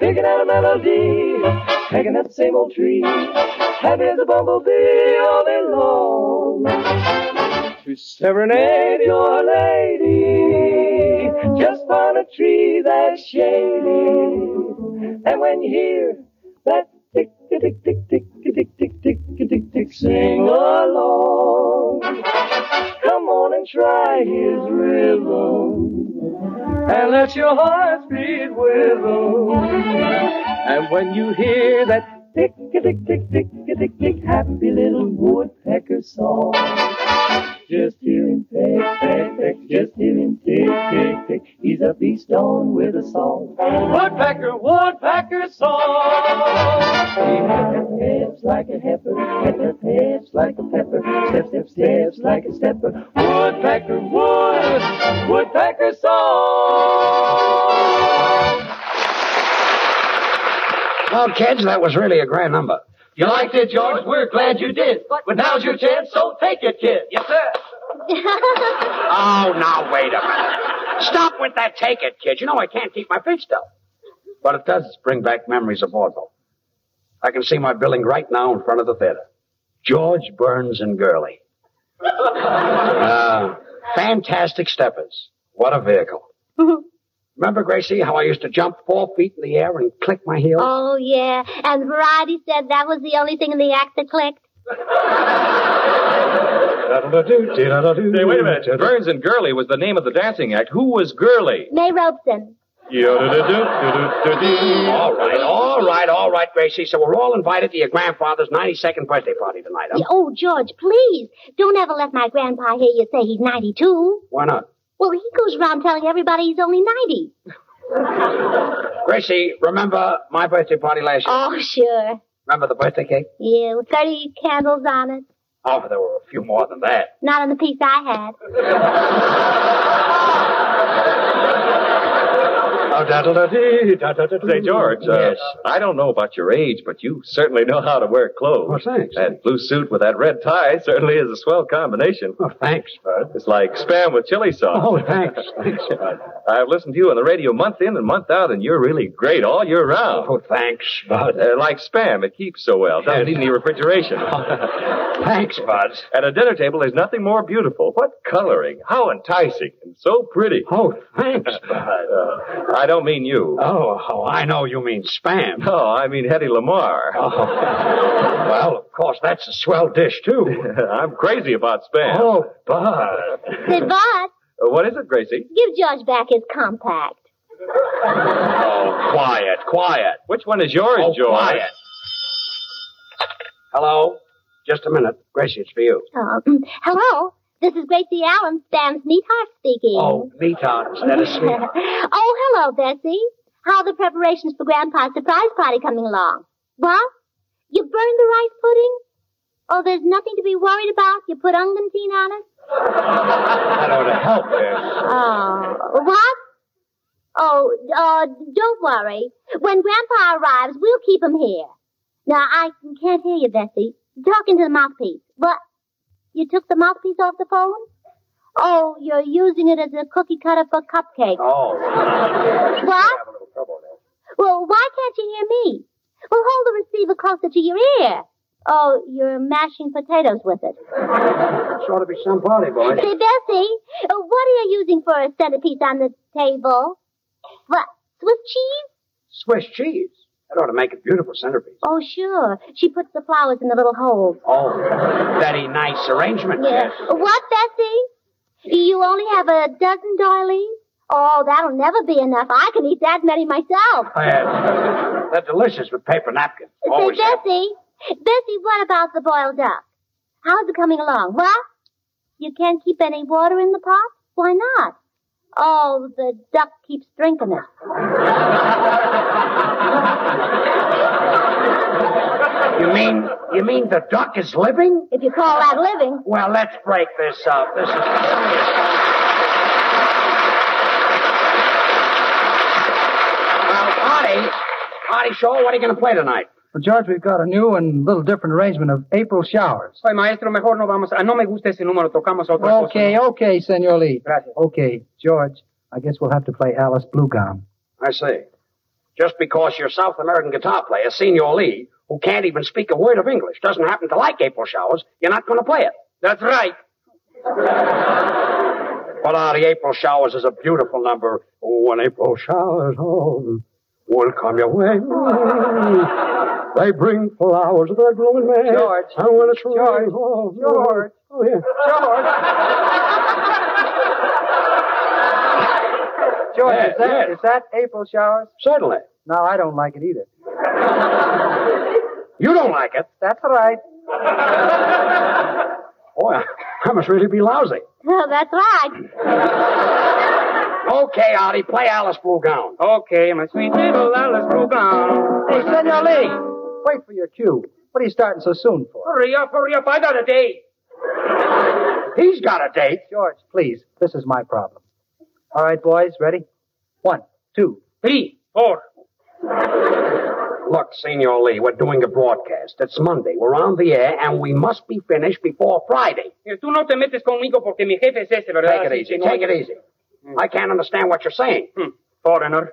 [SPEAKER 18] picking out a melody, pecking at the same old tree, happy as a bumblebee all alone to serenade your lady. Just on a tree that's shady. And when you hear that tick, tick, tick, tick, tick, tick, tick, tick, tick, tick, tick, tick, sing along. Come on and try his rhythm. And let your hearts beat with him. And when you hear that tick, tick, tick, tick, tick, tick, tick, happy little woodpecker song. Just hear him peck, peck, peck. Just hear him tick, tick, tick. He's a beast on with a song. Woodpecker, woodpecker song. He had the hips like a heifer, had the hips steps like a pepper. Step, step, steps like a stepper. Woodpecker, wood, woodpecker song.
[SPEAKER 15] Well, kids, that was really a grand number. You liked it, George? We're glad you did. But now's your chance, so take it, kid. Yes, sir. Oh, now wait a minute. Stop with that take it, kid. You know I can't keep my feet still. But it does bring back memories of vaudeville. I can see my building right now in front of the theater. George Burns and Gurley. Uh, fantastic steppers. What a vehicle. Remember, Gracie, how I used to jump four feet in the air and click my heels?
[SPEAKER 16] Oh, yeah. And Variety said that was the only thing in the act that clicked.
[SPEAKER 14] Hey, wait a minute. Burns and Gurley was the name of the dancing act. Who was Gurley?
[SPEAKER 16] May Robeson.
[SPEAKER 14] All
[SPEAKER 15] All right, all right, all right, Gracie. So we're all invited to your grandfather's 92nd birthday party tonight, huh?
[SPEAKER 16] Oh, George, please. Don't ever let my grandpa hear you say he's 92.
[SPEAKER 15] Why not?
[SPEAKER 16] Well, he goes around telling everybody he's only 90.
[SPEAKER 15] Gracie, remember my birthday party last year?
[SPEAKER 16] Oh, sure.
[SPEAKER 15] Remember the birthday cake?
[SPEAKER 16] Yeah, with 30 candles on it.
[SPEAKER 15] Oh, there were a few more than that.
[SPEAKER 16] Not on the piece I
[SPEAKER 14] Oh, da da da dee, da da da. Say, George. Uh, yes. I don't know about your age, but you certainly know how to wear clothes. Well, thanks. That blue suit with that red tie certainly is a swell combination. Uh,
[SPEAKER 15] Oh, thanks, bud.
[SPEAKER 14] It's like spam with chili sauce. Uh,
[SPEAKER 15] Oh, thanks, thanks, bud.
[SPEAKER 14] I've listened to you on the radio month in and month out, and you're really great all year round.
[SPEAKER 15] Oh, thanks, bud.
[SPEAKER 14] Uh, like spam, it keeps so well. Doesn't need any refrigeration.
[SPEAKER 15] thanks, bud.
[SPEAKER 14] At a dinner table, there's nothing more beautiful. What coloring? How enticing and so pretty.
[SPEAKER 15] Oh, thanks, bud.
[SPEAKER 14] Uh, I don't mean you.
[SPEAKER 15] Oh, oh, I know you mean spam. Oh,
[SPEAKER 14] No, I mean Hetty Lamar.
[SPEAKER 15] well, of course, that's a swell dish, too.
[SPEAKER 14] I'm crazy about spam.
[SPEAKER 15] Oh, bud.
[SPEAKER 16] had. Say, Bud,
[SPEAKER 14] Uh, What is it, Gracie?
[SPEAKER 16] give George back his compact.
[SPEAKER 14] Oh,
[SPEAKER 15] quiet, quiet.
[SPEAKER 14] Which one is yours,
[SPEAKER 15] Oh,
[SPEAKER 14] George?
[SPEAKER 15] quiet. Hello? Just a minute. Gracie, it's for you.
[SPEAKER 16] Um, hello, this is Gracie Allen, Spam's Sweetheart speaking.
[SPEAKER 15] Oh, Vitox, that is sweet.
[SPEAKER 16] oh, hello, Bessie. How are the preparations for Grandpa's surprise party coming along? What? You burned the rice pudding? Oh, there's nothing to be worried about. You put unguentine on it?
[SPEAKER 15] That ought to help there.
[SPEAKER 16] Oh, what? Oh, uh, don't worry. When Grandpa arrives, we'll keep him here. Now, I can't hear you, Bessie. Talk into the mouthpiece. What? You took the mouthpiece off the phone? Oh, you're using it as a cookie cutter for cupcakes.
[SPEAKER 15] Oh.
[SPEAKER 16] What? Well, why can't you hear me? Well, hold the receiver closer to your ear. Oh, you're mashing potatoes with it.
[SPEAKER 15] It's ought to be some party, boy.
[SPEAKER 16] Say, Bessie, uh, what are you using for a centerpiece on the table? What, Swiss cheese?
[SPEAKER 15] Swiss cheese. That ought to make a beautiful centerpiece.
[SPEAKER 16] Oh, sure. She puts the flowers in the little holes.
[SPEAKER 15] Oh, very nice arrangement,
[SPEAKER 16] Yeah.
[SPEAKER 15] yes.
[SPEAKER 16] What, Bessie? You only have a dozen doilies? Oh, that'll never be enough. I can eat that many myself.
[SPEAKER 15] Yes. They're delicious with paper napkins. Always
[SPEAKER 16] Say, Bessie, Bessie, what about the boiled duck? How's it coming along? What? You can't keep any water in the pot? Why not? Oh, the duck keeps drinking it.
[SPEAKER 15] You mean you mean the duck is living?
[SPEAKER 16] If you call that living.
[SPEAKER 15] Well, let's break this up. This is Well, Artie, Artie Shaw, what are you going to play tonight?
[SPEAKER 19] Well, George, we've got a new and little different arrangement of April showers.
[SPEAKER 20] Ay, maestro, mejor no vamos. Ah, no me gusta ese número. Tocamos otra cosa.
[SPEAKER 19] Okay, okay, Senor Lee. Okay, George, I guess we'll have to play Alice Bluegum.
[SPEAKER 15] I see. Just because you're South American guitar player, Senor Lee, who can't even speak a word of English, doesn't happen to like April showers, you're not going to play it. That's right. Well, Artie, April showers is a beautiful number. Oh, When April showers, oh, will come your way. They bring flowers that bloom in May.
[SPEAKER 18] George.
[SPEAKER 15] And when it's George.
[SPEAKER 18] George.
[SPEAKER 15] Oh, yeah.
[SPEAKER 19] George,
[SPEAKER 15] Yes,
[SPEAKER 19] is, that,
[SPEAKER 15] yes.
[SPEAKER 19] is that April showers?
[SPEAKER 15] Certainly.
[SPEAKER 19] No, I don't like it either.
[SPEAKER 15] You don't like it?
[SPEAKER 19] That's right.
[SPEAKER 15] Boy, I must really be lousy.
[SPEAKER 16] Oh, that's right.
[SPEAKER 15] Okay, Artie, play Alice Blue Gown. Okay, my sweet little Alice Blue Gown.
[SPEAKER 19] Hey, Senor Lee, wait for your cue. What are you starting so soon for?
[SPEAKER 20] Hurry up, hurry up. I got a date.
[SPEAKER 19] He's got a date. George, please. This is my problem. All right, boys, ready? One, two, three, four.
[SPEAKER 15] Look, Senor Lee, we're doing a broadcast. It's Monday. We're on the air, and we must be finished before Friday.
[SPEAKER 20] Eh, Tú no te metes conmigo porque mi jefe es ese, ¿verdad?
[SPEAKER 15] Take it easy.
[SPEAKER 20] Sí, sí, no-
[SPEAKER 15] Take it easy. I can't understand what you're saying.
[SPEAKER 20] Hmm. Foreigner.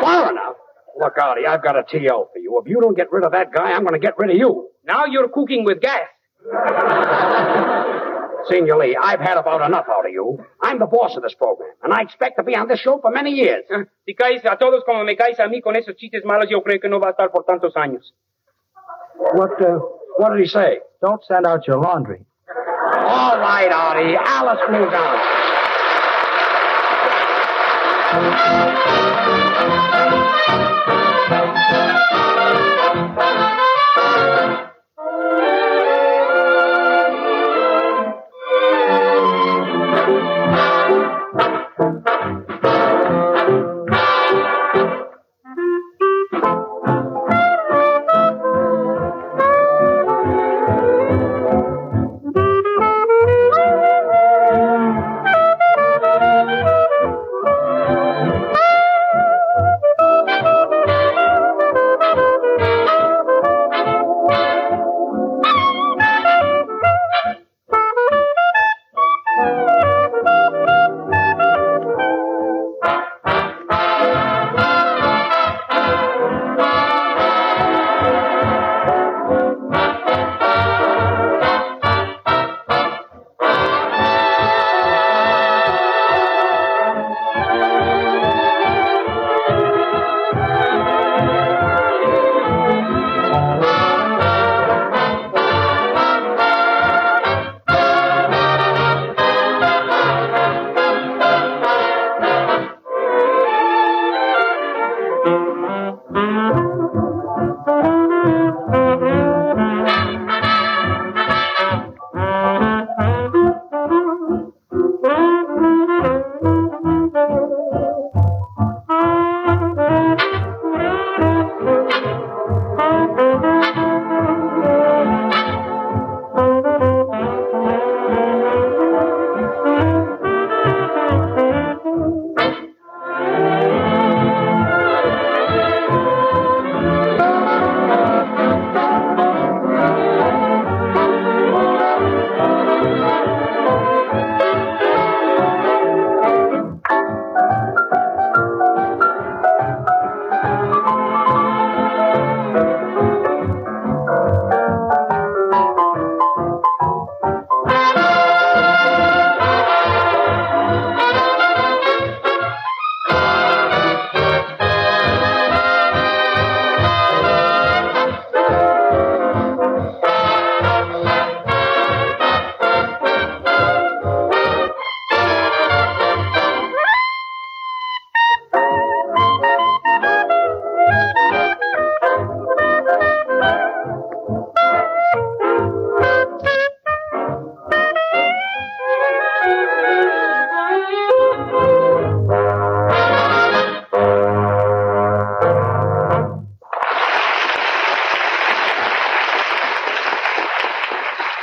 [SPEAKER 15] Foreigner? Look, Artie, I've got a T.O. for you. If you don't get rid of that guy, I'm going to get rid of you.
[SPEAKER 20] Now you're cooking with gas.
[SPEAKER 15] Senor Lee, I've had about enough out of you. I'm the boss of this program, and I expect to be on this show for many years.
[SPEAKER 20] Eh, Si caes a todos como me caes a mí con esos chistes malos, yo creo que no va a estar por tantos años.
[SPEAKER 15] What, uh, what did he say?
[SPEAKER 19] Don't send out your laundry.
[SPEAKER 15] All right, Artie. Alice moved on.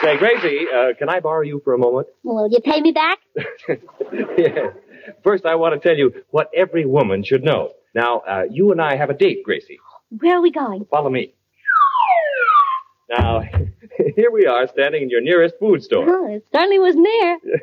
[SPEAKER 14] Say, Gracie, uh, can I borrow you for a moment?
[SPEAKER 16] Will you pay me back?
[SPEAKER 14] yes. First, I want to tell you what every woman should know. Now, uh, you and I have a date, Gracie.
[SPEAKER 16] Where are we going?
[SPEAKER 14] Follow me. Now, here we are standing in your nearest food store.
[SPEAKER 16] Oh, it certainly was near.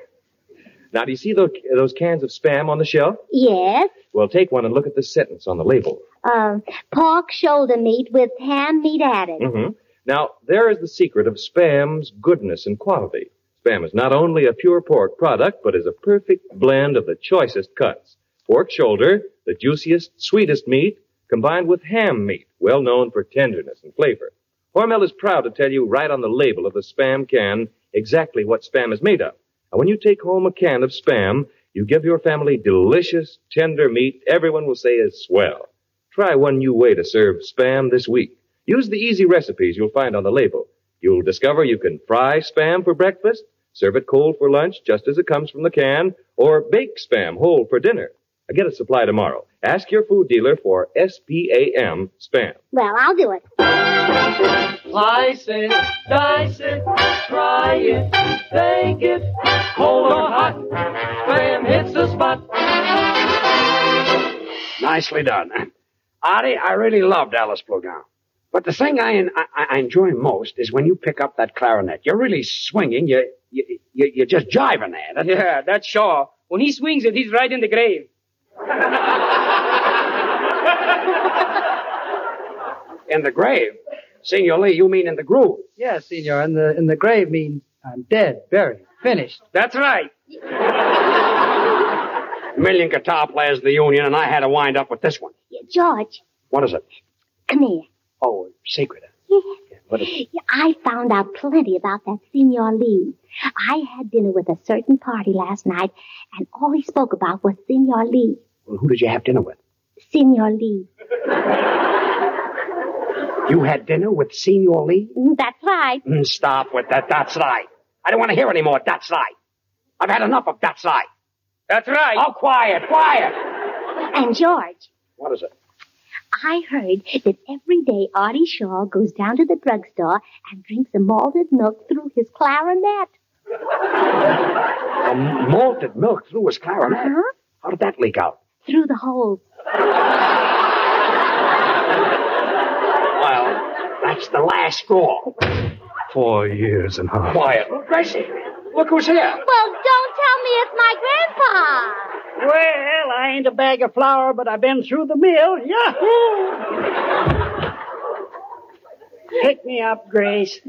[SPEAKER 14] Now, do you see those, those cans of spam on the shelf?
[SPEAKER 16] Yes.
[SPEAKER 14] Well, take one and look at the sentence on the label.
[SPEAKER 16] Um, pork shoulder meat with ham meat added.
[SPEAKER 14] hmm Now, there is the secret of Spam's goodness and quality. Spam is not only a pure pork product, but is a perfect blend of the choicest cuts. Pork shoulder, the juiciest, sweetest meat, combined with ham meat, well known for tenderness and flavor. Hormel is proud to tell you right on the label of the Spam can exactly what Spam is made of. And when you take home a can of Spam, you give your family delicious, tender meat everyone will say is swell. Try one new way to serve Spam this week. Use the easy recipes you'll find on the label. You'll discover you can fry Spam for breakfast, serve it cold for lunch just as it comes from the can, or bake Spam whole for dinner. Uh, Get a supply tomorrow. Ask your food dealer for SPAM spam.
[SPEAKER 16] Well, I'll do it.
[SPEAKER 18] Slice it, dice it, try it, bake it, cold or hot. Spam hits the spot.
[SPEAKER 15] Nicely done. Artie, I really loved Alice Bluegown. But the thing I, I, I enjoy most is when you pick up that clarinet. You're really swinging. You're, you, you, you're just jiving there. That's-
[SPEAKER 20] Yeah, that's Shaw. When he swings it, he's right in the grave.
[SPEAKER 15] In the grave. Senor Lee, you mean in the groove.
[SPEAKER 19] Yes, senor. And the, and the grave means I'm dead, buried, finished.
[SPEAKER 15] That's right. A million guitar players of the union, and I had to wind up with this one.
[SPEAKER 16] George,
[SPEAKER 15] What is it?
[SPEAKER 16] come here.
[SPEAKER 15] Oh, secret. What is it?
[SPEAKER 16] Yeah, I found out plenty about that Senor Lee. I had dinner with a certain party last night, and all he spoke about was Senor Lee.
[SPEAKER 15] Well, who did you have dinner with?
[SPEAKER 16] Senor Lee.
[SPEAKER 15] You had dinner with Senor Lee?
[SPEAKER 16] That's right.
[SPEAKER 15] Mm, stop with that. That's right. I don't want to hear any more. That's right. I've had enough of that's right. That's right. Oh, quiet, quiet.
[SPEAKER 16] And George,
[SPEAKER 15] What is it?
[SPEAKER 16] I heard that every day Artie Shaw goes down to the drugstore and drinks a malted milk through his clarinet.
[SPEAKER 15] The malted milk through his clarinet. How did that leak out?
[SPEAKER 16] Uh-huh. Through the holes.
[SPEAKER 15] Well, that's the last straw. Four years and a half. Quiet. Gracie, look who's here.
[SPEAKER 16] Well, don't tell me it's my grandpa.
[SPEAKER 1] Well, I ain't a bag of flour, but I've been through the mill. Yahoo! Pick me up, Grace.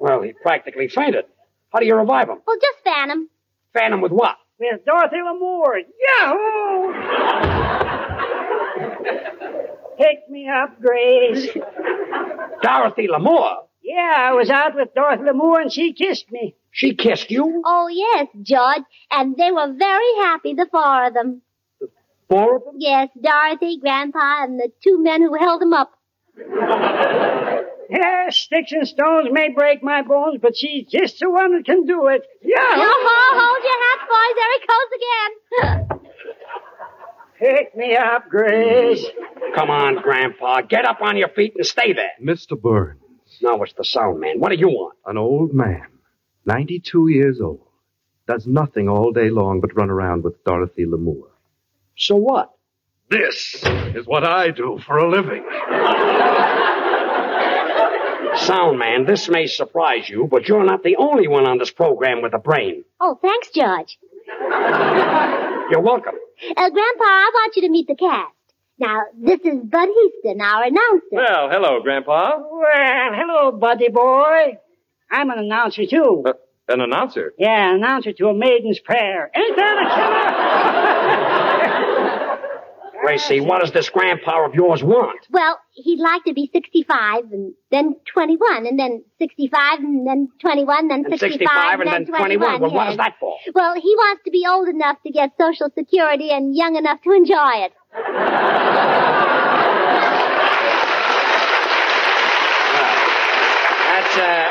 [SPEAKER 15] Well, he practically fainted. How do you revive him?
[SPEAKER 16] Well, just fan him.
[SPEAKER 15] Fan him with what?
[SPEAKER 1] With Dorothy Lamour. Yahoo! Pick me up, Grace.
[SPEAKER 15] Dorothy Lamour.
[SPEAKER 1] Yeah, I was out with Dorothy Lamour and she kissed me.
[SPEAKER 15] She kissed you?
[SPEAKER 16] Oh, yes, George. And they were very happy, the four of them.
[SPEAKER 15] Four of them?
[SPEAKER 16] Yes, Dorothy, Grandpa, and the two men who held him up.
[SPEAKER 1] Yeah, sticks and stones may break my bones, but she's just the one that can do it.
[SPEAKER 16] Yo-ho,
[SPEAKER 1] Yahoo!
[SPEAKER 16] hold your hats, boys. There he goes again.
[SPEAKER 1] Pick me up, Grace.
[SPEAKER 15] Come on, Grandpa. Get up on your feet and stay there.
[SPEAKER 17] Mr. Burns.
[SPEAKER 15] Now it's the sound man. What do you want?
[SPEAKER 17] An old man, 92 years old, does nothing all day long but run around with Dorothy Lamour.
[SPEAKER 15] So what?
[SPEAKER 17] This is what I do for a living.
[SPEAKER 15] Sound man, this may surprise you, but you're not the only one on this program with a brain.
[SPEAKER 16] oh, thanks, George.
[SPEAKER 15] You're welcome.
[SPEAKER 16] Uh, Grandpa, I want you to meet the cast. Now, this is Bud Heaston, our announcer.
[SPEAKER 14] Well, hello, Grandpa.
[SPEAKER 1] Well, hello, buddy boy. I'm an announcer, too.
[SPEAKER 14] Uh, An announcer.
[SPEAKER 1] yeah, an announcer to a maiden's prayer. Ain't that
[SPEAKER 15] Gracie, what does this grandpa of yours want?
[SPEAKER 16] Well, he'd like to be 65 and then 21 and then 65 and then 21 then
[SPEAKER 15] And
[SPEAKER 16] 65,
[SPEAKER 15] 65 and then 21. Well, what
[SPEAKER 16] yes.
[SPEAKER 15] is that for?
[SPEAKER 16] Well, he wants to be old enough to get Social Security and young enough to enjoy it.
[SPEAKER 15] That's, uh,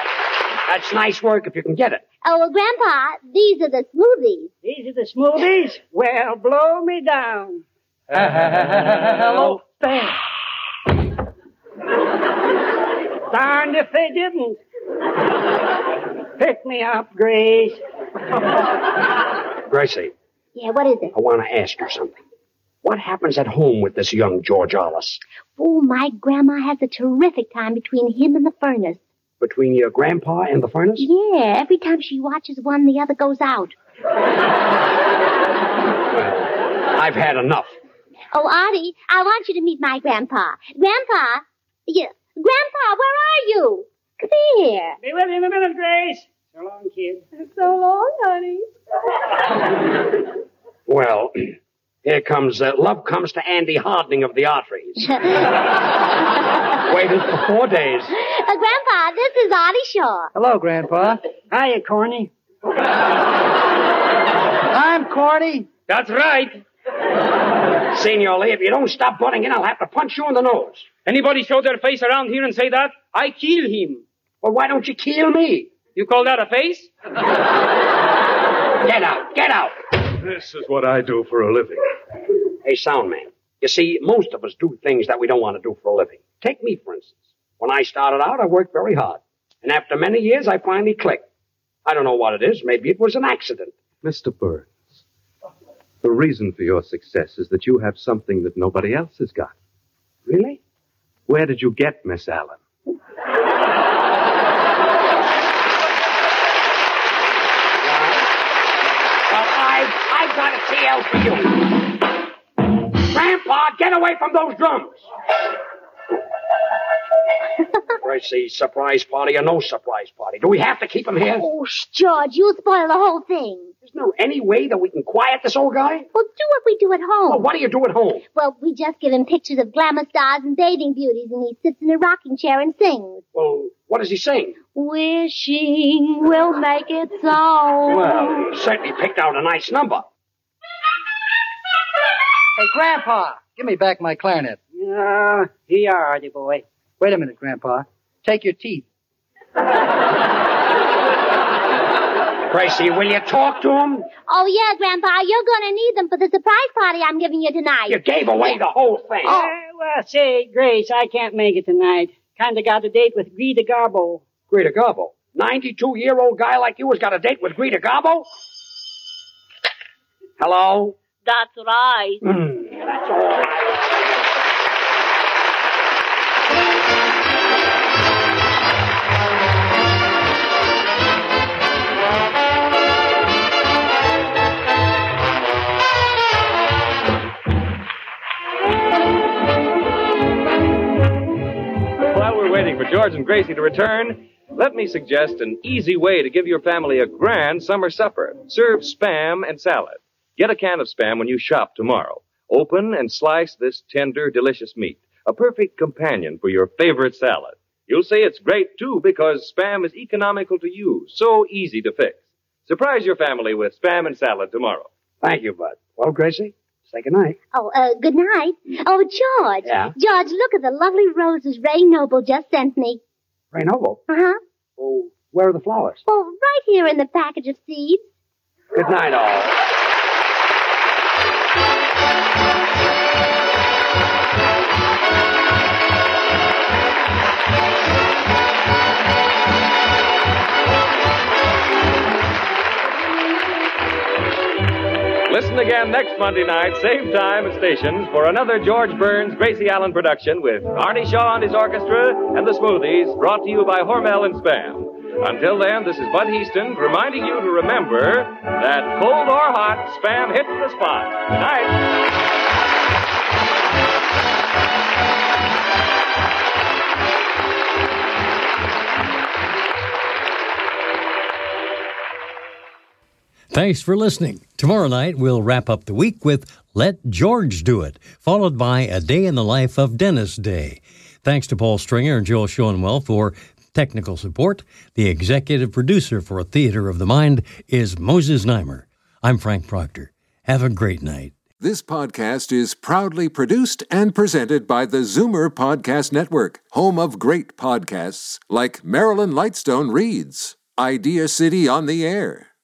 [SPEAKER 15] that's nice work if you can get it.
[SPEAKER 16] Oh, well, Grandpa, these are the smoothies.
[SPEAKER 1] These are the smoothies? well, blow me down. Hello, bang. Darned if they didn't. Pick me up, Grace.
[SPEAKER 15] Gracie,
[SPEAKER 16] Yeah, what is it?
[SPEAKER 15] I want to ask you something. What happens at home with this young George Ollis?
[SPEAKER 16] Oh, my grandma has a terrific time between him and the furnace.
[SPEAKER 15] Between your grandpa and the furnace?
[SPEAKER 16] Yeah, every time she watches one, the other goes out.
[SPEAKER 15] I've had enough.
[SPEAKER 16] Oh, Artie, I want you to meet my grandpa. Grandpa, yeah, Grandpa, where are you? Come here.
[SPEAKER 1] Be with you in a minute, Grace. So long, kid. So long, honey.
[SPEAKER 15] Well, here comes, uh, love comes to Andy Hardening of the arteries. Waited for four days.
[SPEAKER 16] Uh, Grandpa, this is Artie Shaw.
[SPEAKER 1] Hello, Grandpa. Hiya, Corny. I'm Corny.
[SPEAKER 15] That's right. Senor Lee, if you don't stop butting in, I'll have to punch you in the nose.
[SPEAKER 20] Anybody show their face around here and say that? I kill him.
[SPEAKER 15] Well, why don't you kill me?
[SPEAKER 20] You call that a face?
[SPEAKER 15] Get out, get out.
[SPEAKER 21] This is what I do for a living.
[SPEAKER 15] Hey, sound man. You see, most of us do things that we don't want to do for a living. Take me, for instance. When I started out, I worked very hard. And after many years, I finally clicked. I don't know what it is. Maybe it was an accident.
[SPEAKER 17] Mr. Burns, the reason for your success is that you have something that nobody else has got.
[SPEAKER 15] Really?
[SPEAKER 17] Where did you get Miss Allen?
[SPEAKER 15] Well, I, I got a TL for you. Grandpa, get away from those drums. Christ, the surprise party or no surprise party. Do we have to keep him here?
[SPEAKER 16] Oh, sh- George, you'll spoil the whole thing.
[SPEAKER 15] There's no any way that we can quiet this old guy?
[SPEAKER 16] Well, do what we do at home.
[SPEAKER 15] Well, what do you do at home?
[SPEAKER 16] Well, we just give him pictures of glamour stars and bathing beauties, and he sits in a rocking chair and sings.
[SPEAKER 15] Well, what does he sing?
[SPEAKER 16] Wishing will make it so.
[SPEAKER 15] Well, he certainly picked out a nice number.
[SPEAKER 19] Hey, Grandpa, give me back my clarnet. Yeah, Ah, here you are, Artie boy. Wait a minute, Grandpa. Take your teeth.
[SPEAKER 15] Gracie, will you talk to him?
[SPEAKER 16] Oh, yeah, Grandpa, you're gonna need them for the surprise party I'm giving you tonight. Oh,
[SPEAKER 15] You gave away the whole thing.
[SPEAKER 22] Uh, well, say, Grace, I can't make it tonight. Kinda got a date with Greta Garbo.
[SPEAKER 15] Greta Garbo? 92 year old guy like you has got a date with Greta Garbo? Hello?
[SPEAKER 18] That's right.
[SPEAKER 15] Mm.
[SPEAKER 14] While we're waiting for George and Gracie to return, let me suggest an easy way to give your family a grand summer supper. Serve spam and salad. Get a can of spam when you shop tomorrow. Open and slice this tender, delicious meat. A perfect companion for your favorite salad. You'll say it's great too because spam is economical to use, so easy to fix. Surprise your family with spam and salad tomorrow.
[SPEAKER 15] Thank you, Bud. Well, Gracie, say good night.
[SPEAKER 16] Oh, uh, good night. Oh, George.
[SPEAKER 15] Yeah?
[SPEAKER 16] George, look at the lovely roses Ray Noble just sent me.
[SPEAKER 15] Ray Noble,
[SPEAKER 16] Uh huh.
[SPEAKER 15] where are the flowers?
[SPEAKER 16] Oh, right here in the package of seeds.
[SPEAKER 15] Good night, all.
[SPEAKER 14] Listen again next Monday night, same time and stations, for another George Burns Gracie Allen production with Artie Shaw and his orchestra and the Smoothies, brought to you by Hormel and Spam. Until then, this is Bud Heaston reminding you to remember that cold or hot, Spam hits the spot. Good night.
[SPEAKER 2] Thanks for listening. Tomorrow night, we'll wrap up the week with Let George Do It, followed by A Day in the Life of Dennis Day. Thanks to Paul Stringer and Joel Schoenwell for technical support. The executive producer for Theater of the Mind is Moses Neimer. I'm Frank Proctor. Have a great night.
[SPEAKER 23] This podcast is proudly produced and presented by the Zoomer Podcast Network, home of great podcasts like Marilyn Lightstone Reads, Idea City on the Air,